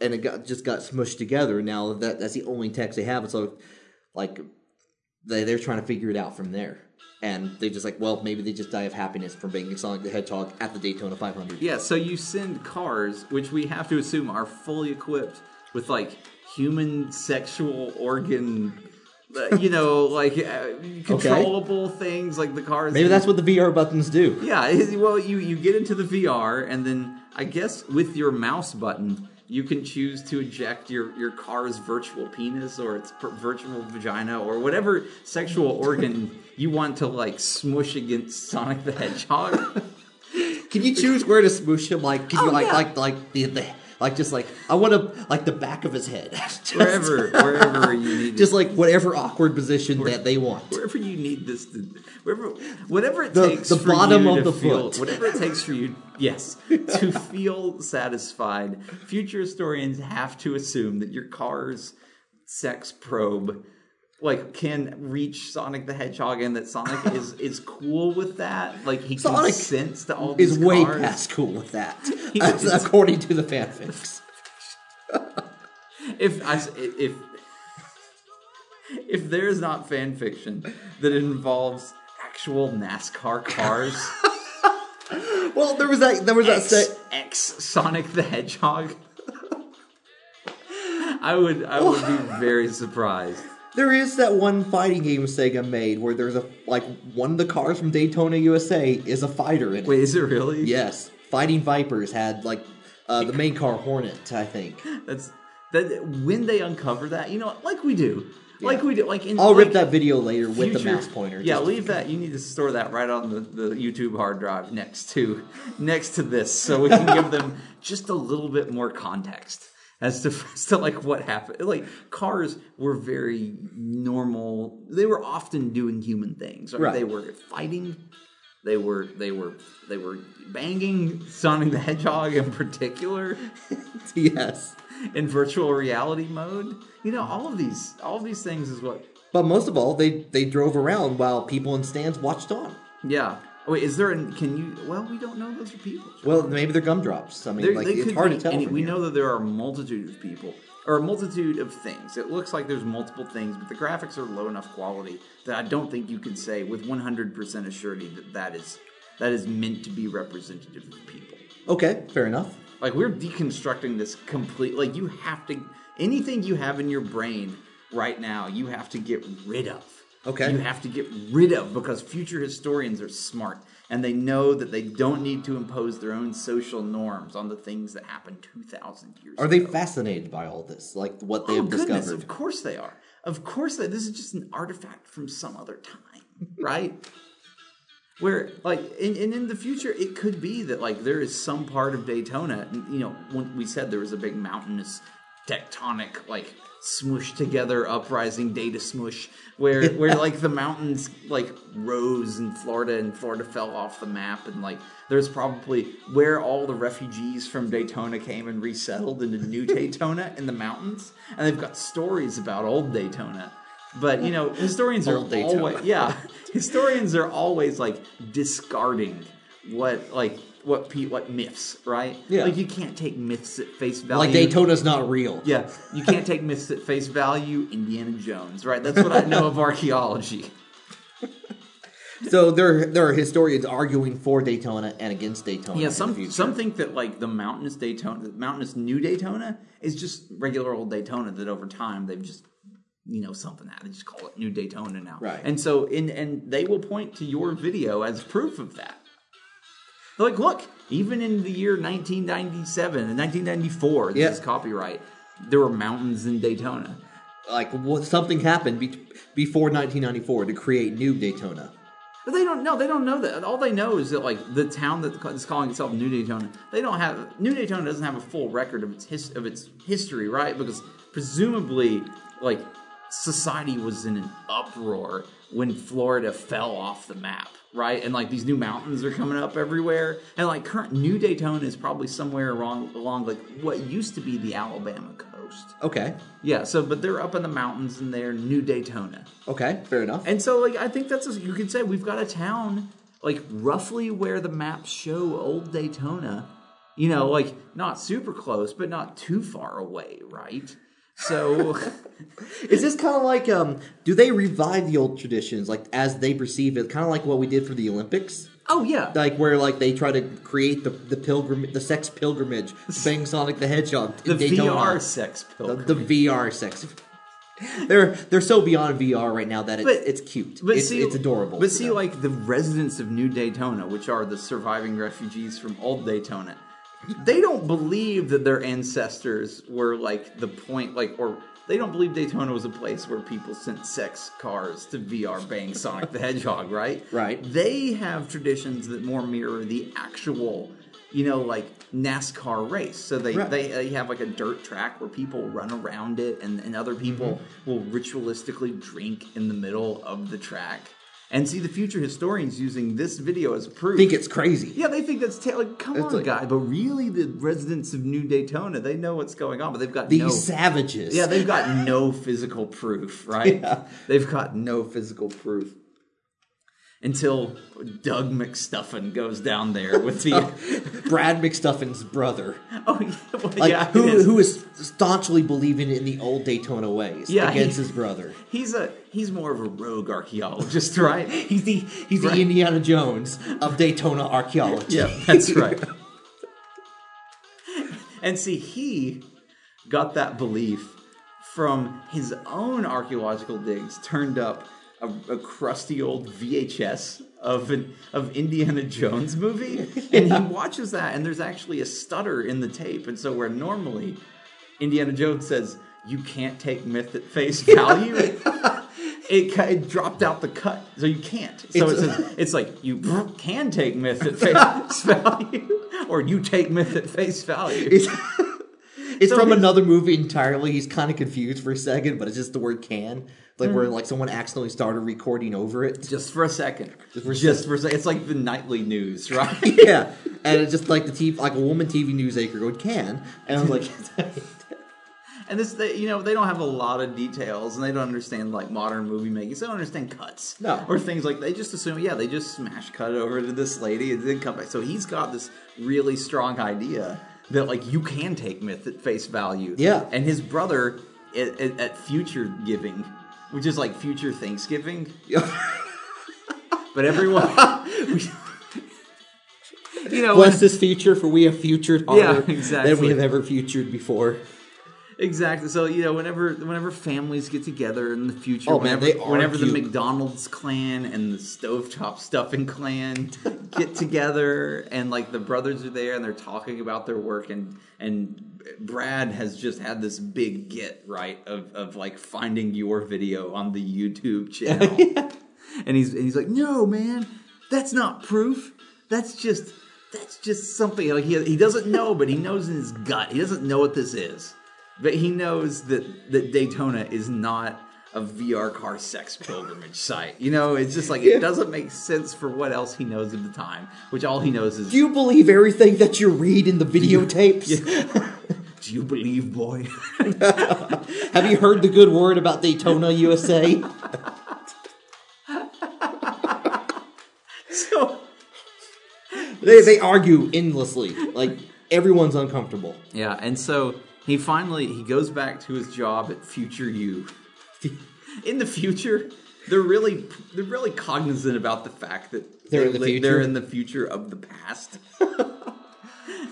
[SPEAKER 1] and it got just got smushed together. Now that that's the only text they have, and so like they they're trying to figure it out from there. And they just like, well, maybe they just die of happiness from being Sonic the Hedgehog at the Daytona 500.
[SPEAKER 2] Yeah, so you send cars, which we have to assume are fully equipped with like human sexual organ, uh, you know, like uh, controllable things, like the cars.
[SPEAKER 1] Maybe that's what the VR buttons do.
[SPEAKER 2] Yeah, it- well, you you get into the VR, and then I guess with your mouse button, you can choose to eject your your car's virtual penis or its per- virtual vagina or whatever sexual organ you want to like smush against Sonic the Hedgehog.
[SPEAKER 1] Can you choose where to smoosh him? Like, can you
[SPEAKER 2] Oh,
[SPEAKER 1] like,
[SPEAKER 2] yeah.
[SPEAKER 1] like, like the, the like just like I want to like the back of his head, Just-
[SPEAKER 2] wherever wherever you need
[SPEAKER 1] just like whatever awkward position that they want.
[SPEAKER 2] wherever you need this to wherever whatever it
[SPEAKER 1] The-
[SPEAKER 2] takes
[SPEAKER 1] the
[SPEAKER 2] for
[SPEAKER 1] bottom
[SPEAKER 2] you
[SPEAKER 1] of
[SPEAKER 2] to
[SPEAKER 1] the
[SPEAKER 2] feel,
[SPEAKER 1] foot.
[SPEAKER 2] whatever it takes for you yes to feel satisfied future historians have to assume that your car's sex probe like can reach Sonic the Hedgehog and that Sonic is is cool with that like he
[SPEAKER 1] Sonic
[SPEAKER 2] consents to all these
[SPEAKER 1] Is way
[SPEAKER 2] cars.
[SPEAKER 1] past cool with that,
[SPEAKER 2] He
[SPEAKER 1] That's
[SPEAKER 2] is.
[SPEAKER 1] according to the fanfics.
[SPEAKER 2] if I s if if there is not fan fiction that involves actual NASCAR cars,
[SPEAKER 1] Well, there was that. There was that.
[SPEAKER 2] X,
[SPEAKER 1] se-
[SPEAKER 2] X Sonic the Hedgehog, I would I would be very surprised.
[SPEAKER 1] There is that one fighting game Sega made where there's a like one of the cars from Daytona USA is a fighter in it.
[SPEAKER 2] Wait, is it really?
[SPEAKER 1] Yes, Fighting Vipers had like uh, the main car Hornet, I think.
[SPEAKER 2] That's that. When they uncover that, you know, like we do, like we do, like in
[SPEAKER 1] I'll rip
[SPEAKER 2] like
[SPEAKER 1] that video later with the
[SPEAKER 2] future-
[SPEAKER 1] mouse pointer.
[SPEAKER 2] Yeah,
[SPEAKER 1] just-
[SPEAKER 2] leave that. You need to store that right on the, the YouTube hard drive next to next to this, so we can give them just a little bit more context as to as to like what happened. Like cars were very normal. They were often doing human things. Right?
[SPEAKER 1] Right.
[SPEAKER 2] They were fighting. They were they were they were banging Sonic the Hedgehog in particular
[SPEAKER 1] yes.
[SPEAKER 2] in virtual reality mode. You know, all of these all of these things is what
[SPEAKER 1] But most of all, they they drove around while people in stands watched on.
[SPEAKER 2] Yeah. Oh, Wait, is there an? Can you? Well, we don't know those are people.
[SPEAKER 1] Well, maybe they're gumdrops. I mean,
[SPEAKER 2] There-
[SPEAKER 1] like
[SPEAKER 2] they
[SPEAKER 1] it's
[SPEAKER 2] could
[SPEAKER 1] hard
[SPEAKER 2] be
[SPEAKER 1] to tell.
[SPEAKER 2] any-
[SPEAKER 1] from
[SPEAKER 2] we
[SPEAKER 1] here.
[SPEAKER 2] know that there are a multitude of people or a multitude of things. It looks like there's multiple things, but the graphics are low enough quality that I don't think you can say with 100% assurity that that is that is meant to be representative of people.
[SPEAKER 1] Okay, fair enough.
[SPEAKER 2] Like we're deconstructing this complete. Like you have to anything you have in your brain right now, you have to get rid of.
[SPEAKER 1] Okay.
[SPEAKER 2] You have to get rid of because future historians are smart and they know that they don't need to impose their own social norms on the things that happened two thousand years.
[SPEAKER 1] Are
[SPEAKER 2] ago.
[SPEAKER 1] they fascinated by all this? Like what they
[SPEAKER 2] Oh
[SPEAKER 1] have
[SPEAKER 2] goodness!
[SPEAKER 1] discovered?
[SPEAKER 2] Of course they are. Of course they. This is just an artifact from some other time, right? Where like and, and in the future it could be that like there is some part of Daytona. You know, when we said there was a big mountainous tectonic like smush together uprising data smush where where like the mountains like rose in Florida and Florida fell off the map and like there's probably where all the refugees from Daytona came and resettled into new Daytona in the mountains and they've got stories about old Daytona but you know historians are
[SPEAKER 1] Old Daytona.
[SPEAKER 2] always yeah historians are always like discarding what like what pe- what myths right
[SPEAKER 1] Yeah.
[SPEAKER 2] like you can't take myths at face value
[SPEAKER 1] Like Daytona's not real.
[SPEAKER 2] yeah, you can't take myths at face value. Indiana Jones, right? That's what I know of archaeology.
[SPEAKER 1] So there there are historians arguing for Daytona and against Daytona.
[SPEAKER 2] Yeah,
[SPEAKER 1] in the
[SPEAKER 2] some
[SPEAKER 1] future.
[SPEAKER 2] some think that like the mountainous Daytona, the mountainous new Daytona, is just regular old Daytona. That over time they've just you know something that they just call it new Daytona now.
[SPEAKER 1] Right.
[SPEAKER 2] And so in and they will point to your video as proof of that. They're like, look, even in the year 1997 and 1994, this
[SPEAKER 1] Yeah.
[SPEAKER 2] is copyright. There were mountains in Daytona.
[SPEAKER 1] like what, something happened be- before 1994 to create new Daytona.
[SPEAKER 2] But they don't know. They don't know that. All they know is that like the town that is calling itself New Daytona, they don't have New Daytona doesn't have a full record of its his, of its history, right? Because presumably, like society was in an uproar when Florida fell off the map, right? And like these new mountains are coming up everywhere, and like current New Daytona is probably somewhere along along like what used to be the Alabama coast.
[SPEAKER 1] Okay.
[SPEAKER 2] Yeah, so but they're up in the mountains and they're New Daytona.
[SPEAKER 1] Okay. Fair enough.
[SPEAKER 2] And so, like, I think that's a, you could say we've got a town like roughly where the maps show old Daytona. You know, like not super close, but not too far away, right? So,
[SPEAKER 1] Is this kind of like um? Do they revive the old traditions like as they perceive it? Kind of like what we did for the Olympics,
[SPEAKER 2] oh yeah,
[SPEAKER 1] like where like they try to create the the pilgrim the sex pilgrimage, bang Sonic the Hedgehog,
[SPEAKER 2] the
[SPEAKER 1] in Daytona.
[SPEAKER 2] VR sex pilgrim.
[SPEAKER 1] the VR sex. They're they're so beyond VR right now that it's,
[SPEAKER 2] But-
[SPEAKER 1] it's cute.
[SPEAKER 2] But
[SPEAKER 1] it's,
[SPEAKER 2] see,
[SPEAKER 1] it's adorable.
[SPEAKER 2] But
[SPEAKER 1] to
[SPEAKER 2] see,
[SPEAKER 1] them.
[SPEAKER 2] like the residents of New Daytona, which are the surviving refugees from old Daytona, they don't believe that their ancestors were like the point, like, or they don't believe Daytona was a place where people sent sex cars to VR bang Sonic the Hedgehog, right?
[SPEAKER 1] Right.
[SPEAKER 2] They have traditions that more mirror the actual. You know, like NASCAR race. So they,
[SPEAKER 1] Right.
[SPEAKER 2] they they Uh, have like a dirt track where people run around it and, and other people
[SPEAKER 1] Mm-hmm.
[SPEAKER 2] will ritualistically drink in the middle of the track and see the future historians using this video as proof
[SPEAKER 1] think it's crazy.
[SPEAKER 2] yeah they think that's ta- like come
[SPEAKER 1] It's
[SPEAKER 2] on
[SPEAKER 1] like-
[SPEAKER 2] guy but really the residents of new daytona they know what's going on but they've got
[SPEAKER 1] These
[SPEAKER 2] no
[SPEAKER 1] savages.
[SPEAKER 2] yeah they've got no physical proof right
[SPEAKER 1] Yeah.
[SPEAKER 2] they've got no physical proof until Doug McStuffin goes down there with the
[SPEAKER 1] Brad McStuffin's brother,
[SPEAKER 2] oh yeah, well,
[SPEAKER 1] like
[SPEAKER 2] yeah,
[SPEAKER 1] who
[SPEAKER 2] it is.
[SPEAKER 1] who is staunchly believing in the old Daytona ways
[SPEAKER 2] Yeah,
[SPEAKER 1] against
[SPEAKER 2] he-
[SPEAKER 1] his brother.
[SPEAKER 2] He's a he's more of a rogue archaeologist, right?
[SPEAKER 1] He's the he's
[SPEAKER 2] Right.
[SPEAKER 1] the Indiana Jones of Daytona archaeology.
[SPEAKER 2] yeah, that's right. and see, he got that belief from his own archaeological digs. Turned up a, a crusty old VHS of an of Indiana Jones movie, and he watches that. And there's actually a stutter in the tape, and so where normally Indiana Jones says, "You can't take myth at face value." It, cu- it dropped out the cut, so you can't. So
[SPEAKER 1] It's-
[SPEAKER 2] it says, it's like you can take myth at face value, or you take myth at face value.
[SPEAKER 1] It's, it's
[SPEAKER 2] So
[SPEAKER 1] from
[SPEAKER 2] he's-
[SPEAKER 1] another movie entirely. He's kind of confused for a second, but it's just the word "can," like where
[SPEAKER 2] Mm-hmm.
[SPEAKER 1] like someone accidentally started recording over it.
[SPEAKER 2] Just for a second. Just
[SPEAKER 1] for a
[SPEAKER 2] for a second. It's like the nightly news, right?
[SPEAKER 1] yeah, and it's just like the TV, like a woman TV news anchor going "can," and I'm like,
[SPEAKER 2] and this, they, you know, they don't have a lot of details, and they don't understand like modern movie making. So they don't understand cuts,
[SPEAKER 1] No.
[SPEAKER 2] or things like they just assume. Yeah, they just smash cut over to this lady and then cut back. So he's got this really strong idea that like you can take myth at face value.
[SPEAKER 1] Yeah.
[SPEAKER 2] and his brother at, at, at future giving, which is like future Thanksgiving. But everyone, you know,
[SPEAKER 1] "Bless this future, for we have futured
[SPEAKER 2] Yeah,
[SPEAKER 1] honor than
[SPEAKER 2] exactly.
[SPEAKER 1] we have ever futured before."
[SPEAKER 2] Exactly. So you know, whenever whenever families get together in the future,
[SPEAKER 1] Oh, man,
[SPEAKER 2] whenever,
[SPEAKER 1] they
[SPEAKER 2] whenever the
[SPEAKER 1] argue.
[SPEAKER 2] McDonald's clan and the stovetop stuffing clan get together, and like the brothers are there and they're talking about their work, and and Brad has just had this big get right of of like finding your video on the YouTube channel, and he's and he's like, no, man, that's not proof. That's just. That's just something like he, he doesn't know, but he knows in his gut. He doesn't know what this is. But he knows that that Daytona is not a VR car sex pilgrimage site. You know, it's just like it doesn't make sense for what else he knows at the time, which all he knows is
[SPEAKER 1] Do you believe everything that you read in the videotapes?
[SPEAKER 2] do you believe, boy?
[SPEAKER 1] Have you heard the good word about Daytona, USA?
[SPEAKER 2] so
[SPEAKER 1] they they argue endlessly, like everyone's uncomfortable.
[SPEAKER 2] Yeah, and so he finally he goes back to his job at Future U. in the future, they're really they're really cognizant about the fact that
[SPEAKER 1] They're in the
[SPEAKER 2] li-
[SPEAKER 1] future?
[SPEAKER 2] They're in the future of the past.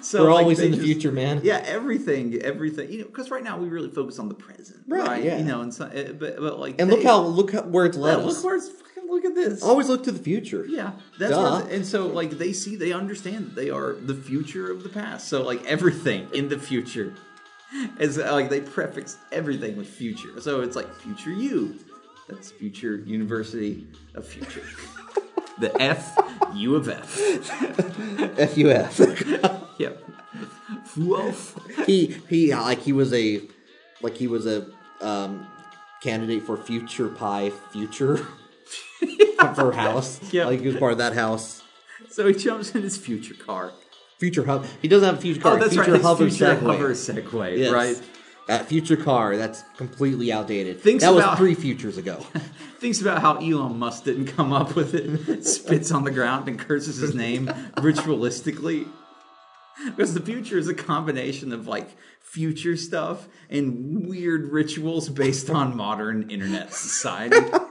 [SPEAKER 2] so
[SPEAKER 1] We're
[SPEAKER 2] like,
[SPEAKER 1] always
[SPEAKER 2] they
[SPEAKER 1] in the
[SPEAKER 2] just-
[SPEAKER 1] future, man.
[SPEAKER 2] Yeah, everything, everything. You know, because right now we really focus on the present,
[SPEAKER 1] Right,
[SPEAKER 2] right?
[SPEAKER 1] yeah.
[SPEAKER 2] You know, and so, eh, but, but like
[SPEAKER 1] And look
[SPEAKER 2] they-
[SPEAKER 1] how look how, where it's
[SPEAKER 2] yeah,
[SPEAKER 1] led
[SPEAKER 2] look
[SPEAKER 1] us.
[SPEAKER 2] where it's fucking look at this.
[SPEAKER 1] Always look to the future.
[SPEAKER 2] Yeah, that's
[SPEAKER 1] Duh.
[SPEAKER 2] what, and so like they see, they understand that they are the future of the past. So like everything in the future is uh, like they prefix everything with future. So it's like future you. That's future University of Future. the F U of F.
[SPEAKER 1] F-U-F.
[SPEAKER 2] Yep. Foof.
[SPEAKER 1] he he like he was a like he was a um candidate for future pie future for house.
[SPEAKER 2] Yeah.
[SPEAKER 1] Like he was part of that house.
[SPEAKER 2] So he jumps in his future car.
[SPEAKER 1] Future hub. He doesn't have a future car.
[SPEAKER 2] Oh, that's
[SPEAKER 1] future
[SPEAKER 2] right. his
[SPEAKER 1] hover
[SPEAKER 2] future
[SPEAKER 1] Segway.
[SPEAKER 2] hover Segway,
[SPEAKER 1] Yes.
[SPEAKER 2] right?
[SPEAKER 1] That future car. That's completely outdated.
[SPEAKER 2] Thinks
[SPEAKER 1] that
[SPEAKER 2] about-
[SPEAKER 1] was three futures ago.
[SPEAKER 2] Thinks about how Elon Musk didn't come up with it, spits on the ground and curses his name ritualistically. Because the future is a combination of like future stuff and weird rituals based on modern internet society. I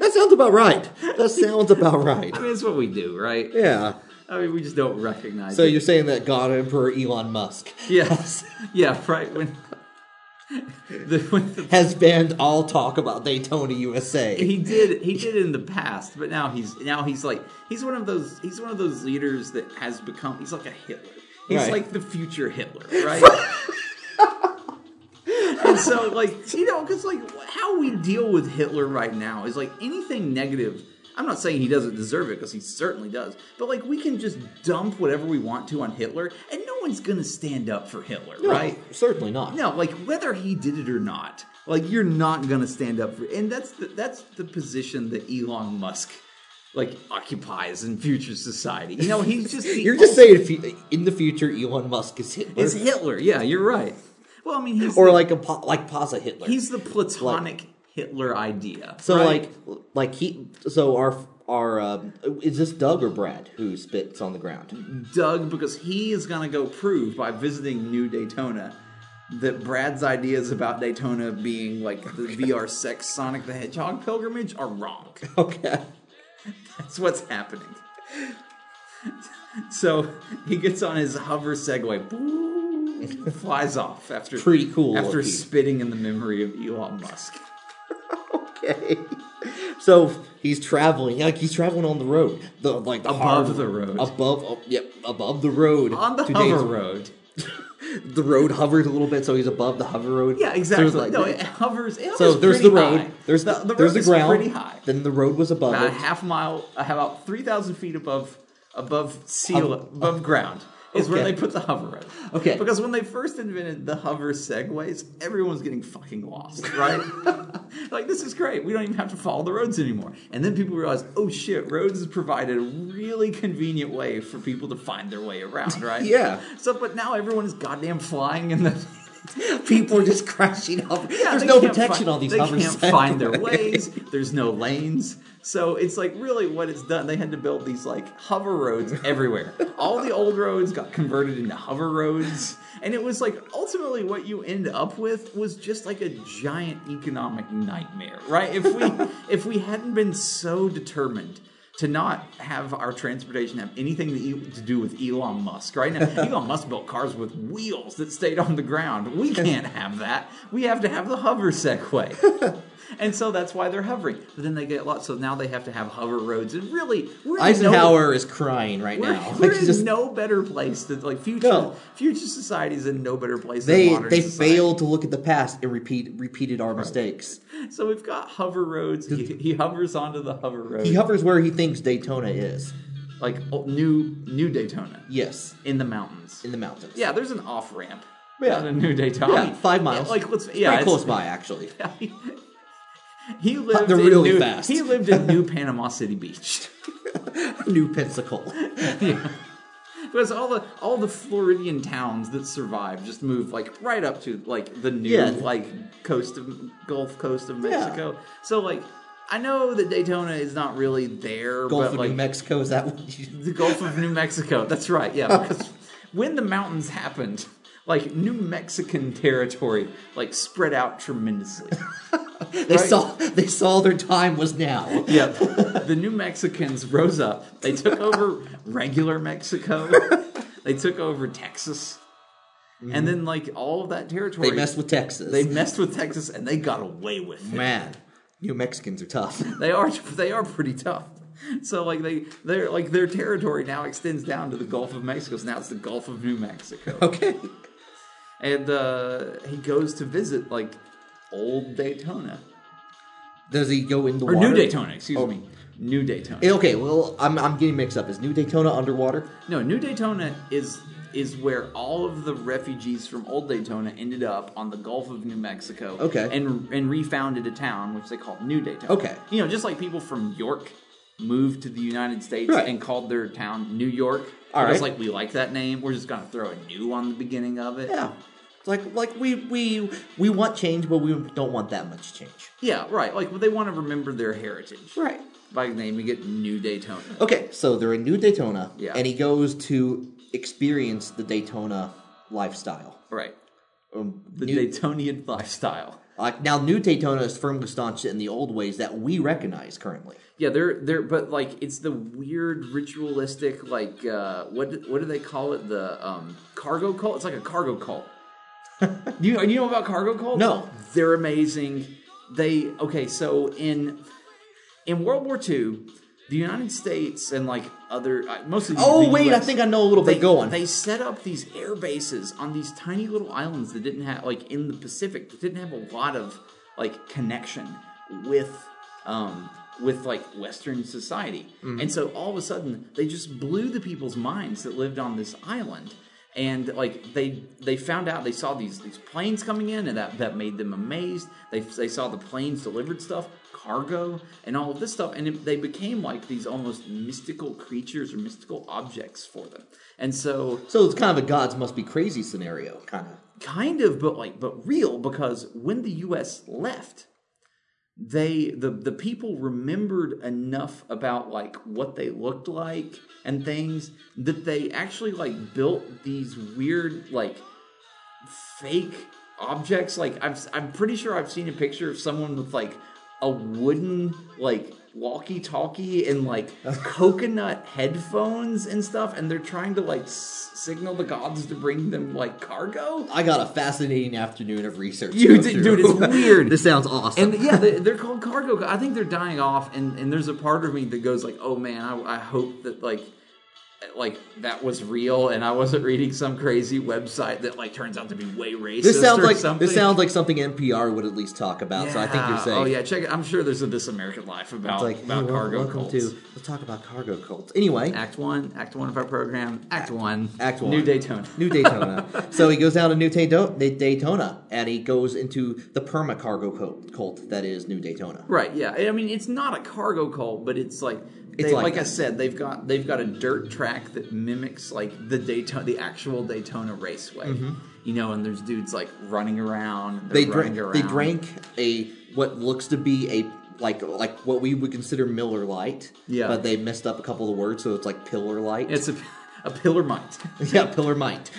[SPEAKER 1] that sounds about right. That sounds about right.
[SPEAKER 2] mean, that's what we do, right?
[SPEAKER 1] Yeah.
[SPEAKER 2] I mean, we just don't recognize
[SPEAKER 1] So
[SPEAKER 2] it.
[SPEAKER 1] you're saying that God Emperor Elon Musk
[SPEAKER 2] Yes. Yeah, right. When the, when the
[SPEAKER 1] has banned all talk about Daytona, USA.
[SPEAKER 2] he did he did it in the past, but now he's now he's like he's one of those he's one of those leaders that has become he's like a Hitler. He's
[SPEAKER 1] Right.
[SPEAKER 2] like the future Hitler, right? and so like you know because like how we deal with Hitler right now is like anything negative. I'm not saying he doesn't deserve it because he certainly does, but like we can just dump whatever we want to on Hitler, and no one's gonna stand up for Hitler,
[SPEAKER 1] No,
[SPEAKER 2] right?
[SPEAKER 1] Certainly not.
[SPEAKER 2] No, like whether he did it or not, like you're not gonna stand up for, and that's the, that's the position that Elon Musk like occupies in future society. You know, he's just the
[SPEAKER 1] You're just saying if you- in the future Elon Musk is Hitler,
[SPEAKER 2] Oh. is Hitler. Yeah, you're right. Well, I mean, he's
[SPEAKER 1] or
[SPEAKER 2] the,
[SPEAKER 1] like a po- like Pasa Hitler.
[SPEAKER 2] he's the platonic Hitler idea.
[SPEAKER 1] so
[SPEAKER 2] right?
[SPEAKER 1] like like he so our our um, is this Doug or Brad who spits on the ground?
[SPEAKER 2] Doug, because he is gonna go prove by visiting New Daytona. That Brad's ideas about Daytona being like the VR sex Sonic the Hedgehog pilgrimage are wrong.
[SPEAKER 1] Okay,
[SPEAKER 2] That's what's happening. So he gets on his hover Segway, flies off after
[SPEAKER 1] Pretty cool
[SPEAKER 2] after
[SPEAKER 1] looking.
[SPEAKER 2] spitting in the memory of Elon Musk.
[SPEAKER 1] okay. So he's traveling like he's traveling on the road, the like the
[SPEAKER 2] Above
[SPEAKER 1] hard-
[SPEAKER 2] the road.
[SPEAKER 1] above oh, yep above the road
[SPEAKER 2] On the
[SPEAKER 1] Today's-
[SPEAKER 2] hover road.
[SPEAKER 1] The road hovers a little bit, so he's above the hover road.
[SPEAKER 2] Yeah,
[SPEAKER 1] So it's
[SPEAKER 2] exactly.
[SPEAKER 1] like-
[SPEAKER 2] no, it hovers. It
[SPEAKER 1] so
[SPEAKER 2] hovers
[SPEAKER 1] there's
[SPEAKER 2] pretty
[SPEAKER 1] the road.
[SPEAKER 2] high.
[SPEAKER 1] There's the,
[SPEAKER 2] the, the
[SPEAKER 1] there's
[SPEAKER 2] road
[SPEAKER 1] the
[SPEAKER 2] is
[SPEAKER 1] ground.
[SPEAKER 2] pretty high.
[SPEAKER 1] Then the road was above
[SPEAKER 2] About a
[SPEAKER 1] it.
[SPEAKER 2] half mile, uh, about three thousand feet above above sea
[SPEAKER 1] Ab-
[SPEAKER 2] le- above ground is where
[SPEAKER 1] Okay.
[SPEAKER 2] they put the hover road.
[SPEAKER 1] Okay.
[SPEAKER 2] because when they first invented the hover segways, everyone's getting fucking lost, right? like this is great. We don't even have to follow the roads anymore. And then people realize, oh shit, roads has provided a really convenient way for people to find their way around, right?
[SPEAKER 1] Yeah.
[SPEAKER 2] So, but now everyone is goddamn flying in the.
[SPEAKER 1] People are just crashing up.
[SPEAKER 2] Yeah,
[SPEAKER 1] There's
[SPEAKER 2] they
[SPEAKER 1] no
[SPEAKER 2] can't
[SPEAKER 1] protection
[SPEAKER 2] find,
[SPEAKER 1] on these
[SPEAKER 2] They
[SPEAKER 1] hover
[SPEAKER 2] can't
[SPEAKER 1] segways.
[SPEAKER 2] find their ways. There's no lanes. So it's like really what it's done. They had to build these like hover roads everywhere. All the old roads got converted into hover roads, and it was like ultimately what you end up with was just like a giant economic nightmare, right? If we if we hadn't been so determined. To not have our transportation have anything to, e- to do with Elon Musk right now. Elon Musk built cars with wheels that stayed on the ground. We can't have that. We have to have the hover Segway. And so that's why they're hovering. But then they get lost, so now they have to have hover roads. And really, we're In
[SPEAKER 1] Eisenhower is crying right
[SPEAKER 2] no, we're,
[SPEAKER 1] now.
[SPEAKER 2] we're
[SPEAKER 1] Like,
[SPEAKER 2] in
[SPEAKER 1] just-
[SPEAKER 2] no better place than like future
[SPEAKER 1] No.
[SPEAKER 2] future society is in no better place.
[SPEAKER 1] they
[SPEAKER 2] than modern
[SPEAKER 1] they
[SPEAKER 2] society.
[SPEAKER 1] failed to look at the past and repeat repeated our mistakes.
[SPEAKER 2] So we've got hover roads. He, he hovers onto the hover road,
[SPEAKER 1] He hovers where he thinks Daytona is.
[SPEAKER 2] like oh, new new Daytona
[SPEAKER 1] Yes,
[SPEAKER 2] in the mountains.
[SPEAKER 1] in the mountains.
[SPEAKER 2] yeah, there's an off ramp.
[SPEAKER 1] Yeah.
[SPEAKER 2] on a new Daytona.
[SPEAKER 1] Yeah, five miles.
[SPEAKER 2] Yeah, like let's
[SPEAKER 1] It's
[SPEAKER 2] yeah,
[SPEAKER 1] pretty close
[SPEAKER 2] it's-
[SPEAKER 1] by actually.
[SPEAKER 2] He lived
[SPEAKER 1] They're
[SPEAKER 2] in
[SPEAKER 1] really
[SPEAKER 2] new,
[SPEAKER 1] fast.
[SPEAKER 2] He lived in New Panama City Beach.
[SPEAKER 1] New Pensacola.
[SPEAKER 2] yeah. Because all the all the Floridian towns that survived just moved like right up to like the new
[SPEAKER 1] Yeah.
[SPEAKER 2] like coast of Gulf Coast of Mexico. So like I know that Daytona is not really there,
[SPEAKER 1] Gulf
[SPEAKER 2] but
[SPEAKER 1] of
[SPEAKER 2] like
[SPEAKER 1] New Mexico is that what you
[SPEAKER 2] the Gulf of New Mexico. That's right.
[SPEAKER 1] Oh.
[SPEAKER 2] Yeah, because when the mountains happened, like New Mexican territory like spread out tremendously.
[SPEAKER 1] they saw they saw their time was now.
[SPEAKER 2] Yep. the New Mexicans rose up. They took over regular Mexico. They took over Texas. And then, like, all of that territory.
[SPEAKER 1] Mm-hmm. They messed with Texas.
[SPEAKER 2] they messed with Texas and they got away with it.
[SPEAKER 1] Man, New Mexicans are tough.
[SPEAKER 2] They are, they are pretty tough. So like they they're like their territory now extends down to the Gulf of Mexico. So now it's the Gulf of New Mexico.
[SPEAKER 1] Okay.
[SPEAKER 2] And uh, he goes to visit like old Daytona
[SPEAKER 1] Does he go in the
[SPEAKER 2] or
[SPEAKER 1] water?
[SPEAKER 2] New Daytona? Excuse
[SPEAKER 1] Oh.
[SPEAKER 2] me, New Daytona.
[SPEAKER 1] Eh, Okay, well, I'm, I'm getting mixed up. Is New Daytona underwater?
[SPEAKER 2] No, New Daytona is is where all of the refugees from old Daytona ended up on the Gulf of New Mexico.
[SPEAKER 1] Okay.
[SPEAKER 2] And and refounded a town which they called New Daytona.
[SPEAKER 1] Okay.
[SPEAKER 2] You know, just like people from York moved to the United States
[SPEAKER 1] Right.
[SPEAKER 2] and called their town New York.
[SPEAKER 1] All
[SPEAKER 2] It was
[SPEAKER 1] right.
[SPEAKER 2] like we like that name. We're just gonna throw a new on the beginning of it.
[SPEAKER 1] Yeah. It's Like like we we we want change, but we don't want that much change.
[SPEAKER 2] Yeah, right. Like well, they want to remember their heritage
[SPEAKER 1] Right.
[SPEAKER 2] by naming it New Daytona.
[SPEAKER 1] Okay, so they're in New Daytona,
[SPEAKER 2] Yeah.
[SPEAKER 1] and he goes to experience the Daytona lifestyle.
[SPEAKER 2] Right.
[SPEAKER 1] Um,
[SPEAKER 2] The
[SPEAKER 1] New-
[SPEAKER 2] Daytonian lifestyle.
[SPEAKER 1] like, now, New Daytona is firmly staunch in the old ways that we recognize currently.
[SPEAKER 2] Yeah, they're they're but like it's the weird ritualistic like uh what do- what do they call it the um cargo cult? It's like a cargo cult. do you do you know about cargo cults?
[SPEAKER 1] No.
[SPEAKER 2] They're amazing. They okay, so in in World War II, the United States and like other uh, mostly the-
[SPEAKER 1] Oh
[SPEAKER 2] the
[SPEAKER 1] wait, I
[SPEAKER 2] US,
[SPEAKER 1] think I know a little bit going.
[SPEAKER 2] They set up these air bases on these tiny little islands that didn't have, like, in the Pacific, that didn't have a lot of like connection with, um, with like Western society.
[SPEAKER 1] Mm-hmm.
[SPEAKER 2] And so all of a sudden, they just blew the people's minds that lived on this island. And like they they found out they saw these these planes coming in and that, that made them amazed. They, they saw the planes delivered stuff, cargo, and all of this stuff, and it, they became like these almost mystical creatures or mystical objects for them. And so
[SPEAKER 1] so it's kind of a gods must be crazy scenario, kind of.
[SPEAKER 2] kind of but like but real because when the US left they the the people remembered enough about like what they looked like and things that they actually like built these weird like fake objects like I've, i'm pretty sure i've seen a picture of someone with like a wooden like walkie talkie and like coconut headphones and stuff and they're trying to like s- signal the gods to bring them like cargo
[SPEAKER 1] I got a fascinating afternoon of research. to
[SPEAKER 2] You
[SPEAKER 1] go
[SPEAKER 2] did-
[SPEAKER 1] through.
[SPEAKER 2] dude, it's weird.
[SPEAKER 1] this sounds awesome.
[SPEAKER 2] And yeah, they, they're called cargo. go- I think they're dying off, and, and there's a part of me that goes like, oh man, I, I hope that like like that was real, and I wasn't reading some crazy website that like turns out to be way racist.
[SPEAKER 1] this sounds
[SPEAKER 2] or
[SPEAKER 1] like
[SPEAKER 2] something.
[SPEAKER 1] this sounds like something NPR would at least talk about. So I think you're
[SPEAKER 2] Yeah.
[SPEAKER 1] saying.
[SPEAKER 2] Oh yeah, check it. I'm sure there's a This American Life about
[SPEAKER 1] It's like
[SPEAKER 2] about
[SPEAKER 1] hey,
[SPEAKER 2] cargo
[SPEAKER 1] cargo welcome
[SPEAKER 2] cults.
[SPEAKER 1] to let's talk about cargo cults. Anyway,
[SPEAKER 2] Act one, Act one of our program. Act one,
[SPEAKER 1] Act one.
[SPEAKER 2] New Daytona.
[SPEAKER 1] New Daytona. so he goes down to New Tato- Da- Daytona and he goes into the perma cargo cult, cult that is New Daytona.
[SPEAKER 2] Right. Yeah. I mean, it's not a cargo cult, but it's like they,
[SPEAKER 1] It's like
[SPEAKER 2] like, I
[SPEAKER 1] that.
[SPEAKER 2] said, they've got they've got a dirt track that mimics like the Daytona, the actual Daytona Raceway. You know, and there's dudes like running around. and they're
[SPEAKER 1] They
[SPEAKER 2] running
[SPEAKER 1] drank.
[SPEAKER 2] around.
[SPEAKER 1] They drank a what looks to be a like like what we would consider Miller Light.
[SPEAKER 2] Yeah.
[SPEAKER 1] But they messed up a couple of the words, so it's like Pillar Light.
[SPEAKER 2] It's a a pillar mite.
[SPEAKER 1] yeah, Pillar Might.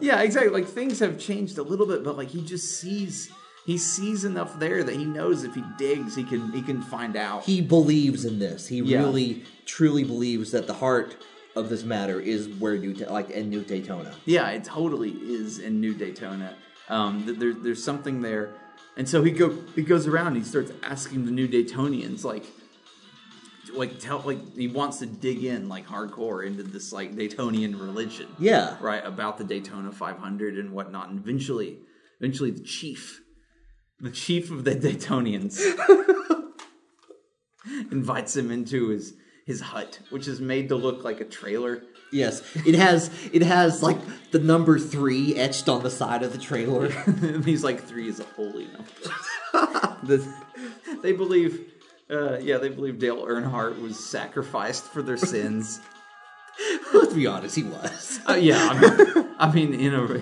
[SPEAKER 2] yeah, exactly. Like things have changed a little bit, but like he just sees he sees enough there that he knows if he digs, he can he can find out.
[SPEAKER 1] He believes in this. He
[SPEAKER 2] Yeah.
[SPEAKER 1] really truly believes that the heart of this matter is where New Ta- like in New Daytona.
[SPEAKER 2] Yeah, it totally is in New Daytona. Um, th- there, there's something there, and so he go he goes around. And he starts asking the New Daytonians like, like tell like he wants to dig in like hardcore into this like Daytonian religion,
[SPEAKER 1] Yeah.
[SPEAKER 2] right about the Daytona 500 and whatnot. And eventually, eventually the chief, the chief of the Daytonians, invites him into his his hut, which is made to look like a trailer.
[SPEAKER 1] Yes, it has it has like the number three etched on the side of the trailer.
[SPEAKER 2] and he's like three is a holy number. The- they believe, uh, yeah, they believe Dale Earnhardt was sacrificed for their sins.
[SPEAKER 1] Let's be honest, he was.
[SPEAKER 2] Uh, yeah, I mean, I mean, in a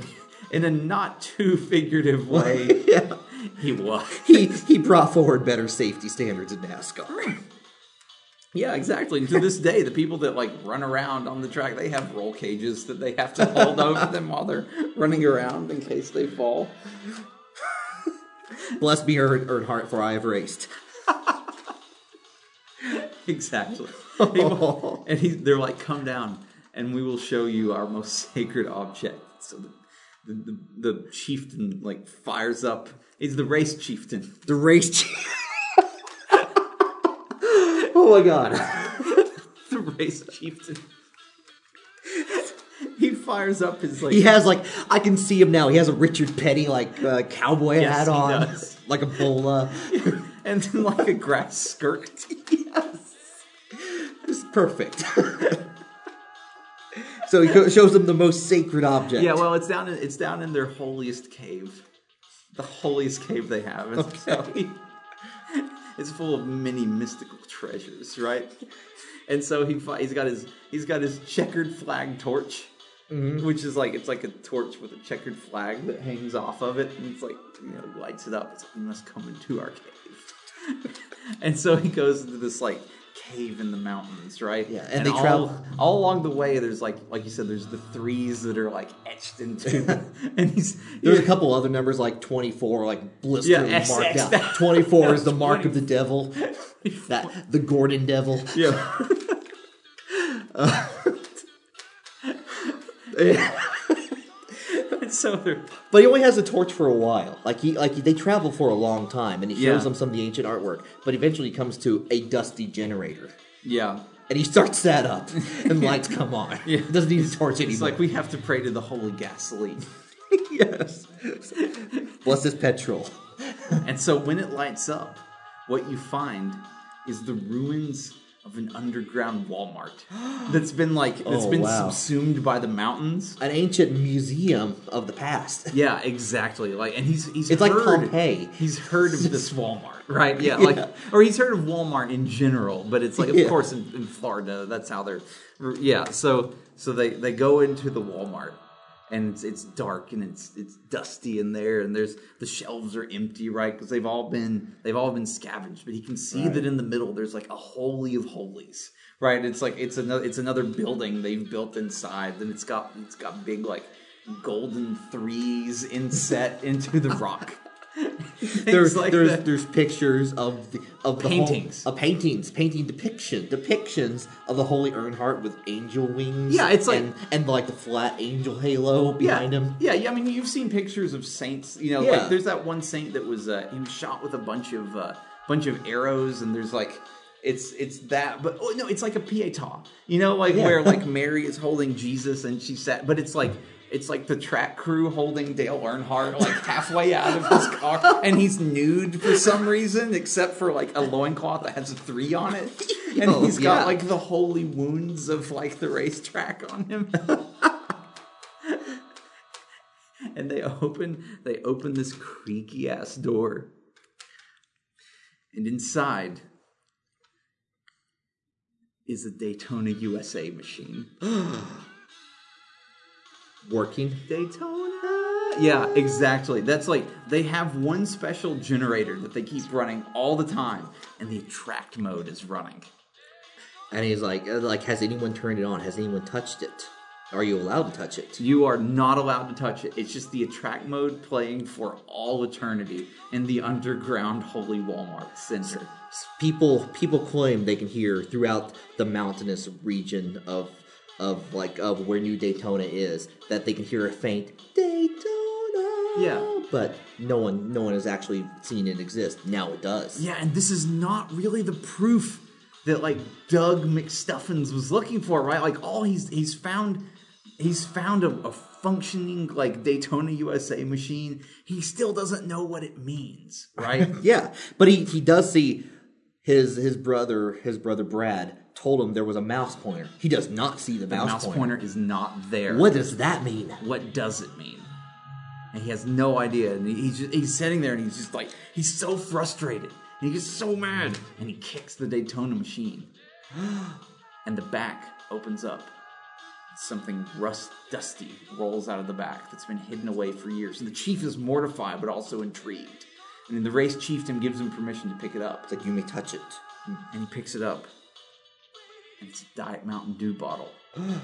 [SPEAKER 2] in a not too figurative way,
[SPEAKER 1] yeah,
[SPEAKER 2] he was.
[SPEAKER 1] he he brought forward better safety standards in NASCAR.
[SPEAKER 2] Yeah, exactly. And to this day, the people that like run around on the track, they have roll cages that they have to hold over them while they're running around in case they fall.
[SPEAKER 1] Bless me, Earn- Earnhardt, for I have raced.
[SPEAKER 2] Exactly. He wa- and he, they're like, come down and we will show you our most sacred object. So the, the, the, the chieftain like fires up. He's the race chieftain.
[SPEAKER 1] The race. Ch- oh my god!
[SPEAKER 2] The race chieftain. he fires up his like.
[SPEAKER 1] He has like I can see him now. He has a Richard Petty like uh, cowboy
[SPEAKER 2] Yes,
[SPEAKER 1] hat
[SPEAKER 2] he
[SPEAKER 1] on,
[SPEAKER 2] does.
[SPEAKER 1] like a bola.
[SPEAKER 2] and then like a grass skirt.
[SPEAKER 1] It's perfect. So he co- shows them the most sacred object.
[SPEAKER 2] Yeah, well, it's down in it's down in their holiest cave, the holiest cave they have. And so he, it's full of many mystical treasures, right? And so he fi- he's got his he's got his checkered flag torch,
[SPEAKER 1] Mm-hmm.
[SPEAKER 2] which is like it's like a torch with a checkered flag that hangs off of it, and it's like you know lights it up. It's like, you must come into our cave. and so he goes into this like cave in the mountains, right?
[SPEAKER 1] Yeah, and they
[SPEAKER 2] all-
[SPEAKER 1] travel-
[SPEAKER 2] all along the way there's like like you said there's the threes that are like etched into the, and he's
[SPEAKER 1] There's a couple other numbers like 24, like blisteringly
[SPEAKER 2] Yeah, X,
[SPEAKER 1] marked
[SPEAKER 2] X,
[SPEAKER 1] out.
[SPEAKER 2] that-
[SPEAKER 1] 24 is the mark
[SPEAKER 2] 20.
[SPEAKER 1] of the devil. That the Gordon devil.
[SPEAKER 2] yeah And so they're
[SPEAKER 1] But he only has the torch for a while. Like he, like they travel for a long time, and he
[SPEAKER 2] Yeah.
[SPEAKER 1] shows them some of the ancient artwork. But eventually, he comes to a dusty generator,
[SPEAKER 2] yeah
[SPEAKER 1] and he starts that up, and lights come on.
[SPEAKER 2] Yeah.
[SPEAKER 1] Doesn't need a torch
[SPEAKER 2] it's
[SPEAKER 1] anymore.
[SPEAKER 2] like we have to pray to the holy gasoline
[SPEAKER 1] yes, bless this petrol.
[SPEAKER 2] and so when it lights up what you find is the ruins of an underground Walmart that's been like that's
[SPEAKER 1] Oh,
[SPEAKER 2] been
[SPEAKER 1] wow.
[SPEAKER 2] subsumed by the mountains
[SPEAKER 1] An ancient museum of the past.
[SPEAKER 2] Yeah, exactly. Like, and he's he's
[SPEAKER 1] It's like
[SPEAKER 2] heard,
[SPEAKER 1] Pompeii.
[SPEAKER 2] He's heard of this Walmart, right? Yeah, like,
[SPEAKER 1] Yeah.
[SPEAKER 2] or he's heard of Walmart in general, but it's like, of
[SPEAKER 1] Yeah.
[SPEAKER 2] course, in, in Florida, that's how they're. Yeah, so so they they go into the Walmart, and it's it's dark and it's it's dusty in there, and there's the shelves are empty, right? Because they've all been they've all been scavenged, but he can see that in the middle there's like a holy of holies. Right, it's like it's another it's another building they've built inside, and it's got it's got big like golden threes inset into the rock.
[SPEAKER 1] There's
[SPEAKER 2] Things like
[SPEAKER 1] there's
[SPEAKER 2] that.
[SPEAKER 1] there's pictures of the, of the
[SPEAKER 2] Paintings.
[SPEAKER 1] Whole, of paintings, painting depiction, depictions of the Holy Earnhardt with angel wings.
[SPEAKER 2] Yeah, it's like-
[SPEAKER 1] and, and like the flat angel halo behind
[SPEAKER 2] yeah.
[SPEAKER 1] him.
[SPEAKER 2] Yeah, yeah. I mean, you've seen pictures of saints. You know,
[SPEAKER 1] Yeah.
[SPEAKER 2] like there's that one saint that was uh, he was shot with a bunch of uh, bunch of arrows, and there's like it's it's that, but oh no, it's like a pietà. You know, like
[SPEAKER 1] Yeah.
[SPEAKER 2] where like Mary is holding Jesus, and she sat, but it's like. It's like the track crew holding Dale Earnhardt like halfway out of his car, and he's nude for some reason, except for like a loincloth that has a three on it, and
[SPEAKER 1] Oh,
[SPEAKER 2] he's got
[SPEAKER 1] yeah.
[SPEAKER 2] like the holy wounds of like the racetrack on him. and they open they open this creaky ass door and inside is a daytona usa machine
[SPEAKER 1] Working.
[SPEAKER 2] daytona yeah exactly that's like they have one special generator that they keep running all the time and the attract mode is running
[SPEAKER 1] And he's like, uh, like, has anyone turned it on? Has anyone touched it? Are you allowed to touch it?
[SPEAKER 2] You are not allowed to touch it. It's just the attract mode playing for all eternity in the underground holy Walmart center.
[SPEAKER 1] People, people claim they can hear throughout the mountainous region of, of like of where New Daytona is that they can hear a faint Daytona.
[SPEAKER 2] Yeah.
[SPEAKER 1] but no one, no one has actually seen it exist. Now it does.
[SPEAKER 2] Yeah, and this is not really the proof that like Doug McStuffins was looking for, right? Like all he's he's found he's found a, a functioning like Daytona USA machine. He still doesn't know what it means, right?
[SPEAKER 1] Yeah, but he he does see his his brother his brother Brad told him there was a mouse pointer. He does not see the, mouse,
[SPEAKER 2] Mouse
[SPEAKER 1] pointer.
[SPEAKER 2] pointer is not there.
[SPEAKER 1] What does that mean?
[SPEAKER 2] what does it mean? And he has no idea. And he- he's just, he's sitting there and he's just like he's so frustrated. And he gets so mad and he kicks the Daytona machine. and the back opens up. Something rust dusty rolls out of the back that's been hidden away for years. And the chief is mortified but also intrigued. And then the race chieftain gives him permission to pick it up.
[SPEAKER 1] It's like you may touch it.
[SPEAKER 2] And he picks it up. And it's a Diet Mountain Dew bottle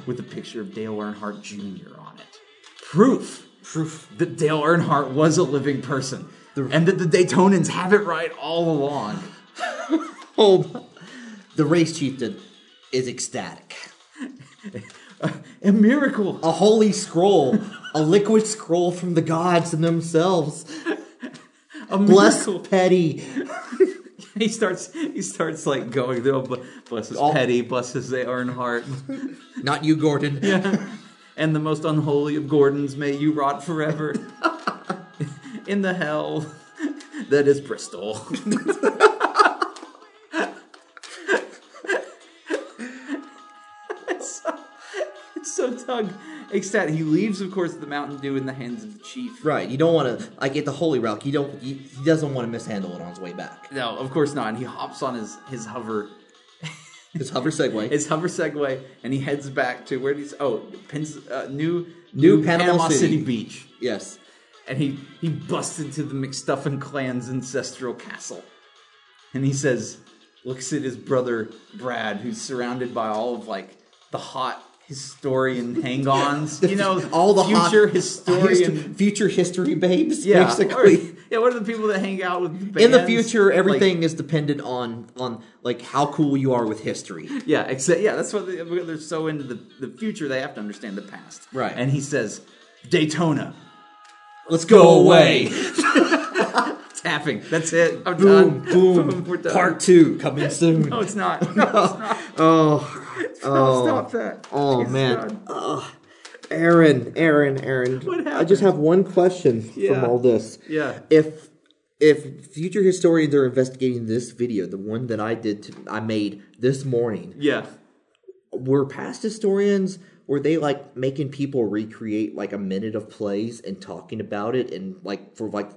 [SPEAKER 2] with a picture of Dale Earnhardt Jr. on it. Proof
[SPEAKER 1] Proof.
[SPEAKER 2] that Dale Earnhardt was a living person
[SPEAKER 1] The-
[SPEAKER 2] and that the Daytonans have it right all along.
[SPEAKER 1] Oh, the race chieftain is ecstatic.
[SPEAKER 2] A miracle.
[SPEAKER 1] A holy scroll, a liquid scroll from the gods and themselves.
[SPEAKER 2] A
[SPEAKER 1] Bless
[SPEAKER 2] miracle.
[SPEAKER 1] Petty.
[SPEAKER 2] He starts he starts like going through "Oh, bless his
[SPEAKER 1] All-
[SPEAKER 2] petty, bless his Earnhardt.
[SPEAKER 1] Not you, Gordon.
[SPEAKER 2] and the most unholy of Gordons may you rot forever in the hell that is Bristol. it's, so, it's so tug extent. He leaves, of course, the Mountain Dew in the hands of the chief.
[SPEAKER 1] Right. You don't want to like at the Holy Relic. You don't. He, he doesn't want to mishandle it on his way back.
[SPEAKER 2] No, of course not. And he hops on his his hover
[SPEAKER 1] His hover segue.
[SPEAKER 2] his hover Segway and he heads back to where he's oh Pens, uh, new
[SPEAKER 1] New Panama City.
[SPEAKER 2] Beach.
[SPEAKER 1] yes.
[SPEAKER 2] and he he busts into the McStuffin clan's ancestral castle, and he says, looks at his brother Brad, who's surrounded by all of like the hot historian hang-ons, you know,
[SPEAKER 1] all the hot-
[SPEAKER 2] future historian.
[SPEAKER 1] hist- future history babes.
[SPEAKER 2] yeah,
[SPEAKER 1] Basically.
[SPEAKER 2] or- yeah. What are the people that hang out with
[SPEAKER 1] in the
[SPEAKER 2] bands?
[SPEAKER 1] future,
[SPEAKER 2] Like,
[SPEAKER 1] everything is dependent on on like how cool you are with history.
[SPEAKER 2] Yeah, except yeah, that's what they, because they're so into the, the future. They have to understand the past,
[SPEAKER 1] Right.
[SPEAKER 2] And he says Daytona,
[SPEAKER 1] Let's go, away.
[SPEAKER 2] tapping. That's it. I'm
[SPEAKER 1] Boom,
[SPEAKER 2] done.
[SPEAKER 1] boom.
[SPEAKER 2] We're done.
[SPEAKER 1] Part two coming soon.
[SPEAKER 2] No, Oh, it's not. No, it's not.
[SPEAKER 1] Oh,
[SPEAKER 2] Oh, stop that.
[SPEAKER 1] oh
[SPEAKER 2] Jesus,
[SPEAKER 1] man.
[SPEAKER 2] God.
[SPEAKER 1] Oh, Aaron, Aaron, Aaron.
[SPEAKER 2] What
[SPEAKER 1] I just
[SPEAKER 2] happened?
[SPEAKER 1] have one question
[SPEAKER 2] Yeah.
[SPEAKER 1] from all this.
[SPEAKER 2] Yeah.
[SPEAKER 1] If if future historians are investigating this video, the one that I did, to, I made this morning,
[SPEAKER 2] Yeah.
[SPEAKER 1] were past historians were they like making people recreate like a minute of plays and talking about it and like for like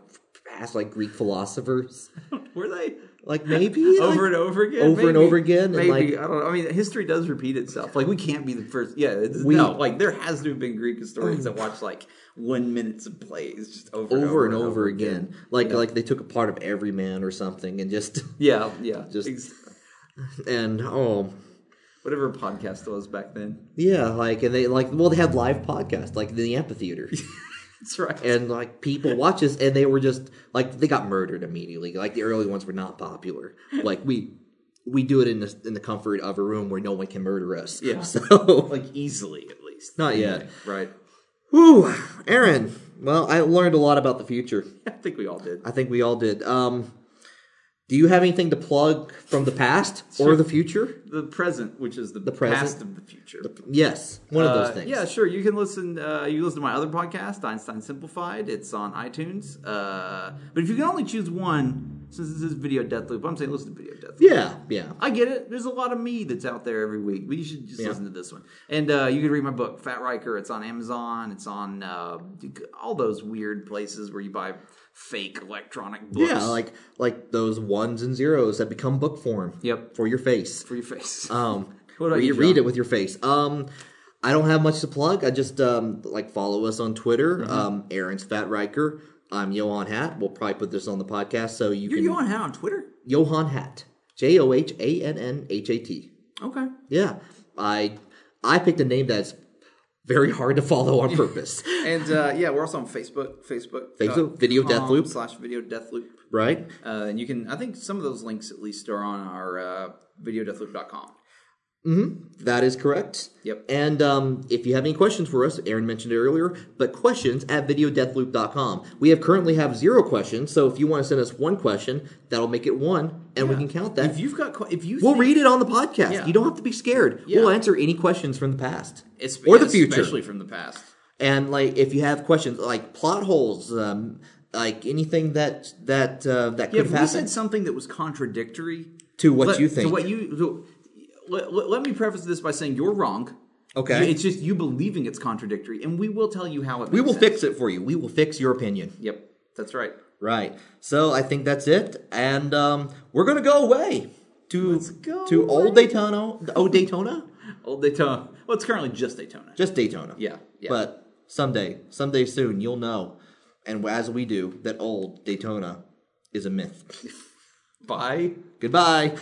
[SPEAKER 1] past like Greek philosophers,
[SPEAKER 2] Were they
[SPEAKER 1] like maybe
[SPEAKER 2] over
[SPEAKER 1] like-
[SPEAKER 2] and over again?
[SPEAKER 1] over and
[SPEAKER 2] Maybe.
[SPEAKER 1] over again, and,
[SPEAKER 2] Maybe
[SPEAKER 1] like-
[SPEAKER 2] I don't know. I mean, history does repeat itself. Like we can't be the first. Yeah, it's,
[SPEAKER 1] We-
[SPEAKER 2] no. Like there has to have been Greek historians that watch like one minutes of plays just over,
[SPEAKER 1] over, and over, again. Like like they took a part of every man or something and just
[SPEAKER 2] Yeah, yeah.
[SPEAKER 1] Just-
[SPEAKER 2] Just
[SPEAKER 1] and oh
[SPEAKER 2] whatever podcast it was back then.
[SPEAKER 1] yeah like and they like well they had live podcasts like the amphitheater
[SPEAKER 2] That's right.
[SPEAKER 1] and like people watch this and they were just like they got murdered immediately like the early ones were not popular like we we do it in the in the comfort of a room where no one can murder us
[SPEAKER 2] Yeah.
[SPEAKER 1] so
[SPEAKER 2] like easily, at least.
[SPEAKER 1] Not yet.
[SPEAKER 2] right?
[SPEAKER 1] whew, Aaron well I learned a lot about the future
[SPEAKER 2] I think we all did.
[SPEAKER 1] I think we all did um. Do you have anything to plug from the past or the future?
[SPEAKER 2] The present, which is the,
[SPEAKER 1] present.
[SPEAKER 2] past of the future.
[SPEAKER 1] Yes, one of
[SPEAKER 2] Uh,
[SPEAKER 1] those things.
[SPEAKER 2] Yeah, sure. You can listen. Uh, you can listen to my other podcast, Einstein Simplified. It's on iTunes. Uh, but if you can only choose one, since this is video death loop, I'm saying listen to video death loop.
[SPEAKER 1] Yeah, yeah.
[SPEAKER 2] I get it. There's a lot of me that's out there every week, but you should just listen to this one. And uh, you can read my book, Fat Riker. It's on Amazon. It's on uh, all those weird places where you buy fake electronic books.
[SPEAKER 1] Yeah, like like those ones and zeros that become book form.
[SPEAKER 2] Yep.
[SPEAKER 1] For your face.
[SPEAKER 2] for your face.
[SPEAKER 1] Um
[SPEAKER 2] What about
[SPEAKER 1] read,
[SPEAKER 2] you,
[SPEAKER 1] read
[SPEAKER 2] John?
[SPEAKER 1] it with your face. Um I don't have much to plug. I just um like follow us on Twitter.
[SPEAKER 2] Mm-hmm.
[SPEAKER 1] Um Aaron's Fat Riker. I'm Johan Hat. We'll probably put this on the podcast so you
[SPEAKER 2] You're
[SPEAKER 1] can
[SPEAKER 2] going out on Twitter?
[SPEAKER 1] Johan Hat. J O H A N N H A T.
[SPEAKER 2] Okay.
[SPEAKER 1] Yeah. I I picked a name that's very hard to follow on purpose.
[SPEAKER 2] And uh, yeah, we're also on Facebook. Facebook. uh,
[SPEAKER 1] Facebook, Video Death Loop.
[SPEAKER 2] slash Video Death Loop.
[SPEAKER 1] right?
[SPEAKER 2] Uh, and you can, I think some of those links at least are on our uh, videodeathloop.com.
[SPEAKER 1] That is correct.
[SPEAKER 2] Yep.
[SPEAKER 1] And um, if you have any questions for us, Aaron mentioned it earlier, but questions at videodeathloop.com. We have currently have zero questions, so if you want to send us one question, that'll make it one, and we can count that.
[SPEAKER 2] If you've got, que- if you
[SPEAKER 1] we'll
[SPEAKER 2] think-
[SPEAKER 1] read it on the podcast.
[SPEAKER 2] Yeah.
[SPEAKER 1] You don't have to be scared.
[SPEAKER 2] Yeah.
[SPEAKER 1] We'll answer any questions from the past
[SPEAKER 2] it's-
[SPEAKER 1] or the
[SPEAKER 2] especially
[SPEAKER 1] future.
[SPEAKER 2] from the past.
[SPEAKER 1] And like, if you have questions like plot holes, um, like anything that that uh, that
[SPEAKER 2] Yeah,
[SPEAKER 1] could
[SPEAKER 2] if
[SPEAKER 1] have
[SPEAKER 2] we
[SPEAKER 1] happened
[SPEAKER 2] said something that was contradictory
[SPEAKER 1] to what
[SPEAKER 2] let-
[SPEAKER 1] you
[SPEAKER 2] to
[SPEAKER 1] think,
[SPEAKER 2] what you, to- let, let- let me preface this by saying you're wrong.
[SPEAKER 1] Okay.
[SPEAKER 2] It's just you believing it's contradictory, and we will tell you how it.
[SPEAKER 1] we will fix it for you. We will fix your opinion.
[SPEAKER 2] Yep, that's right.
[SPEAKER 1] Right. So I think that's it, and um, we're gonna go away to
[SPEAKER 2] go
[SPEAKER 1] to
[SPEAKER 2] away.
[SPEAKER 1] old Daytona. Oh, Daytona,
[SPEAKER 2] Old Daytona. Well, it's currently just Daytona.
[SPEAKER 1] just Daytona.
[SPEAKER 2] Yeah, yeah.
[SPEAKER 1] But someday, someday soon, you'll know, and as we do, that old Daytona is a myth.
[SPEAKER 2] Bye.
[SPEAKER 1] Goodbye.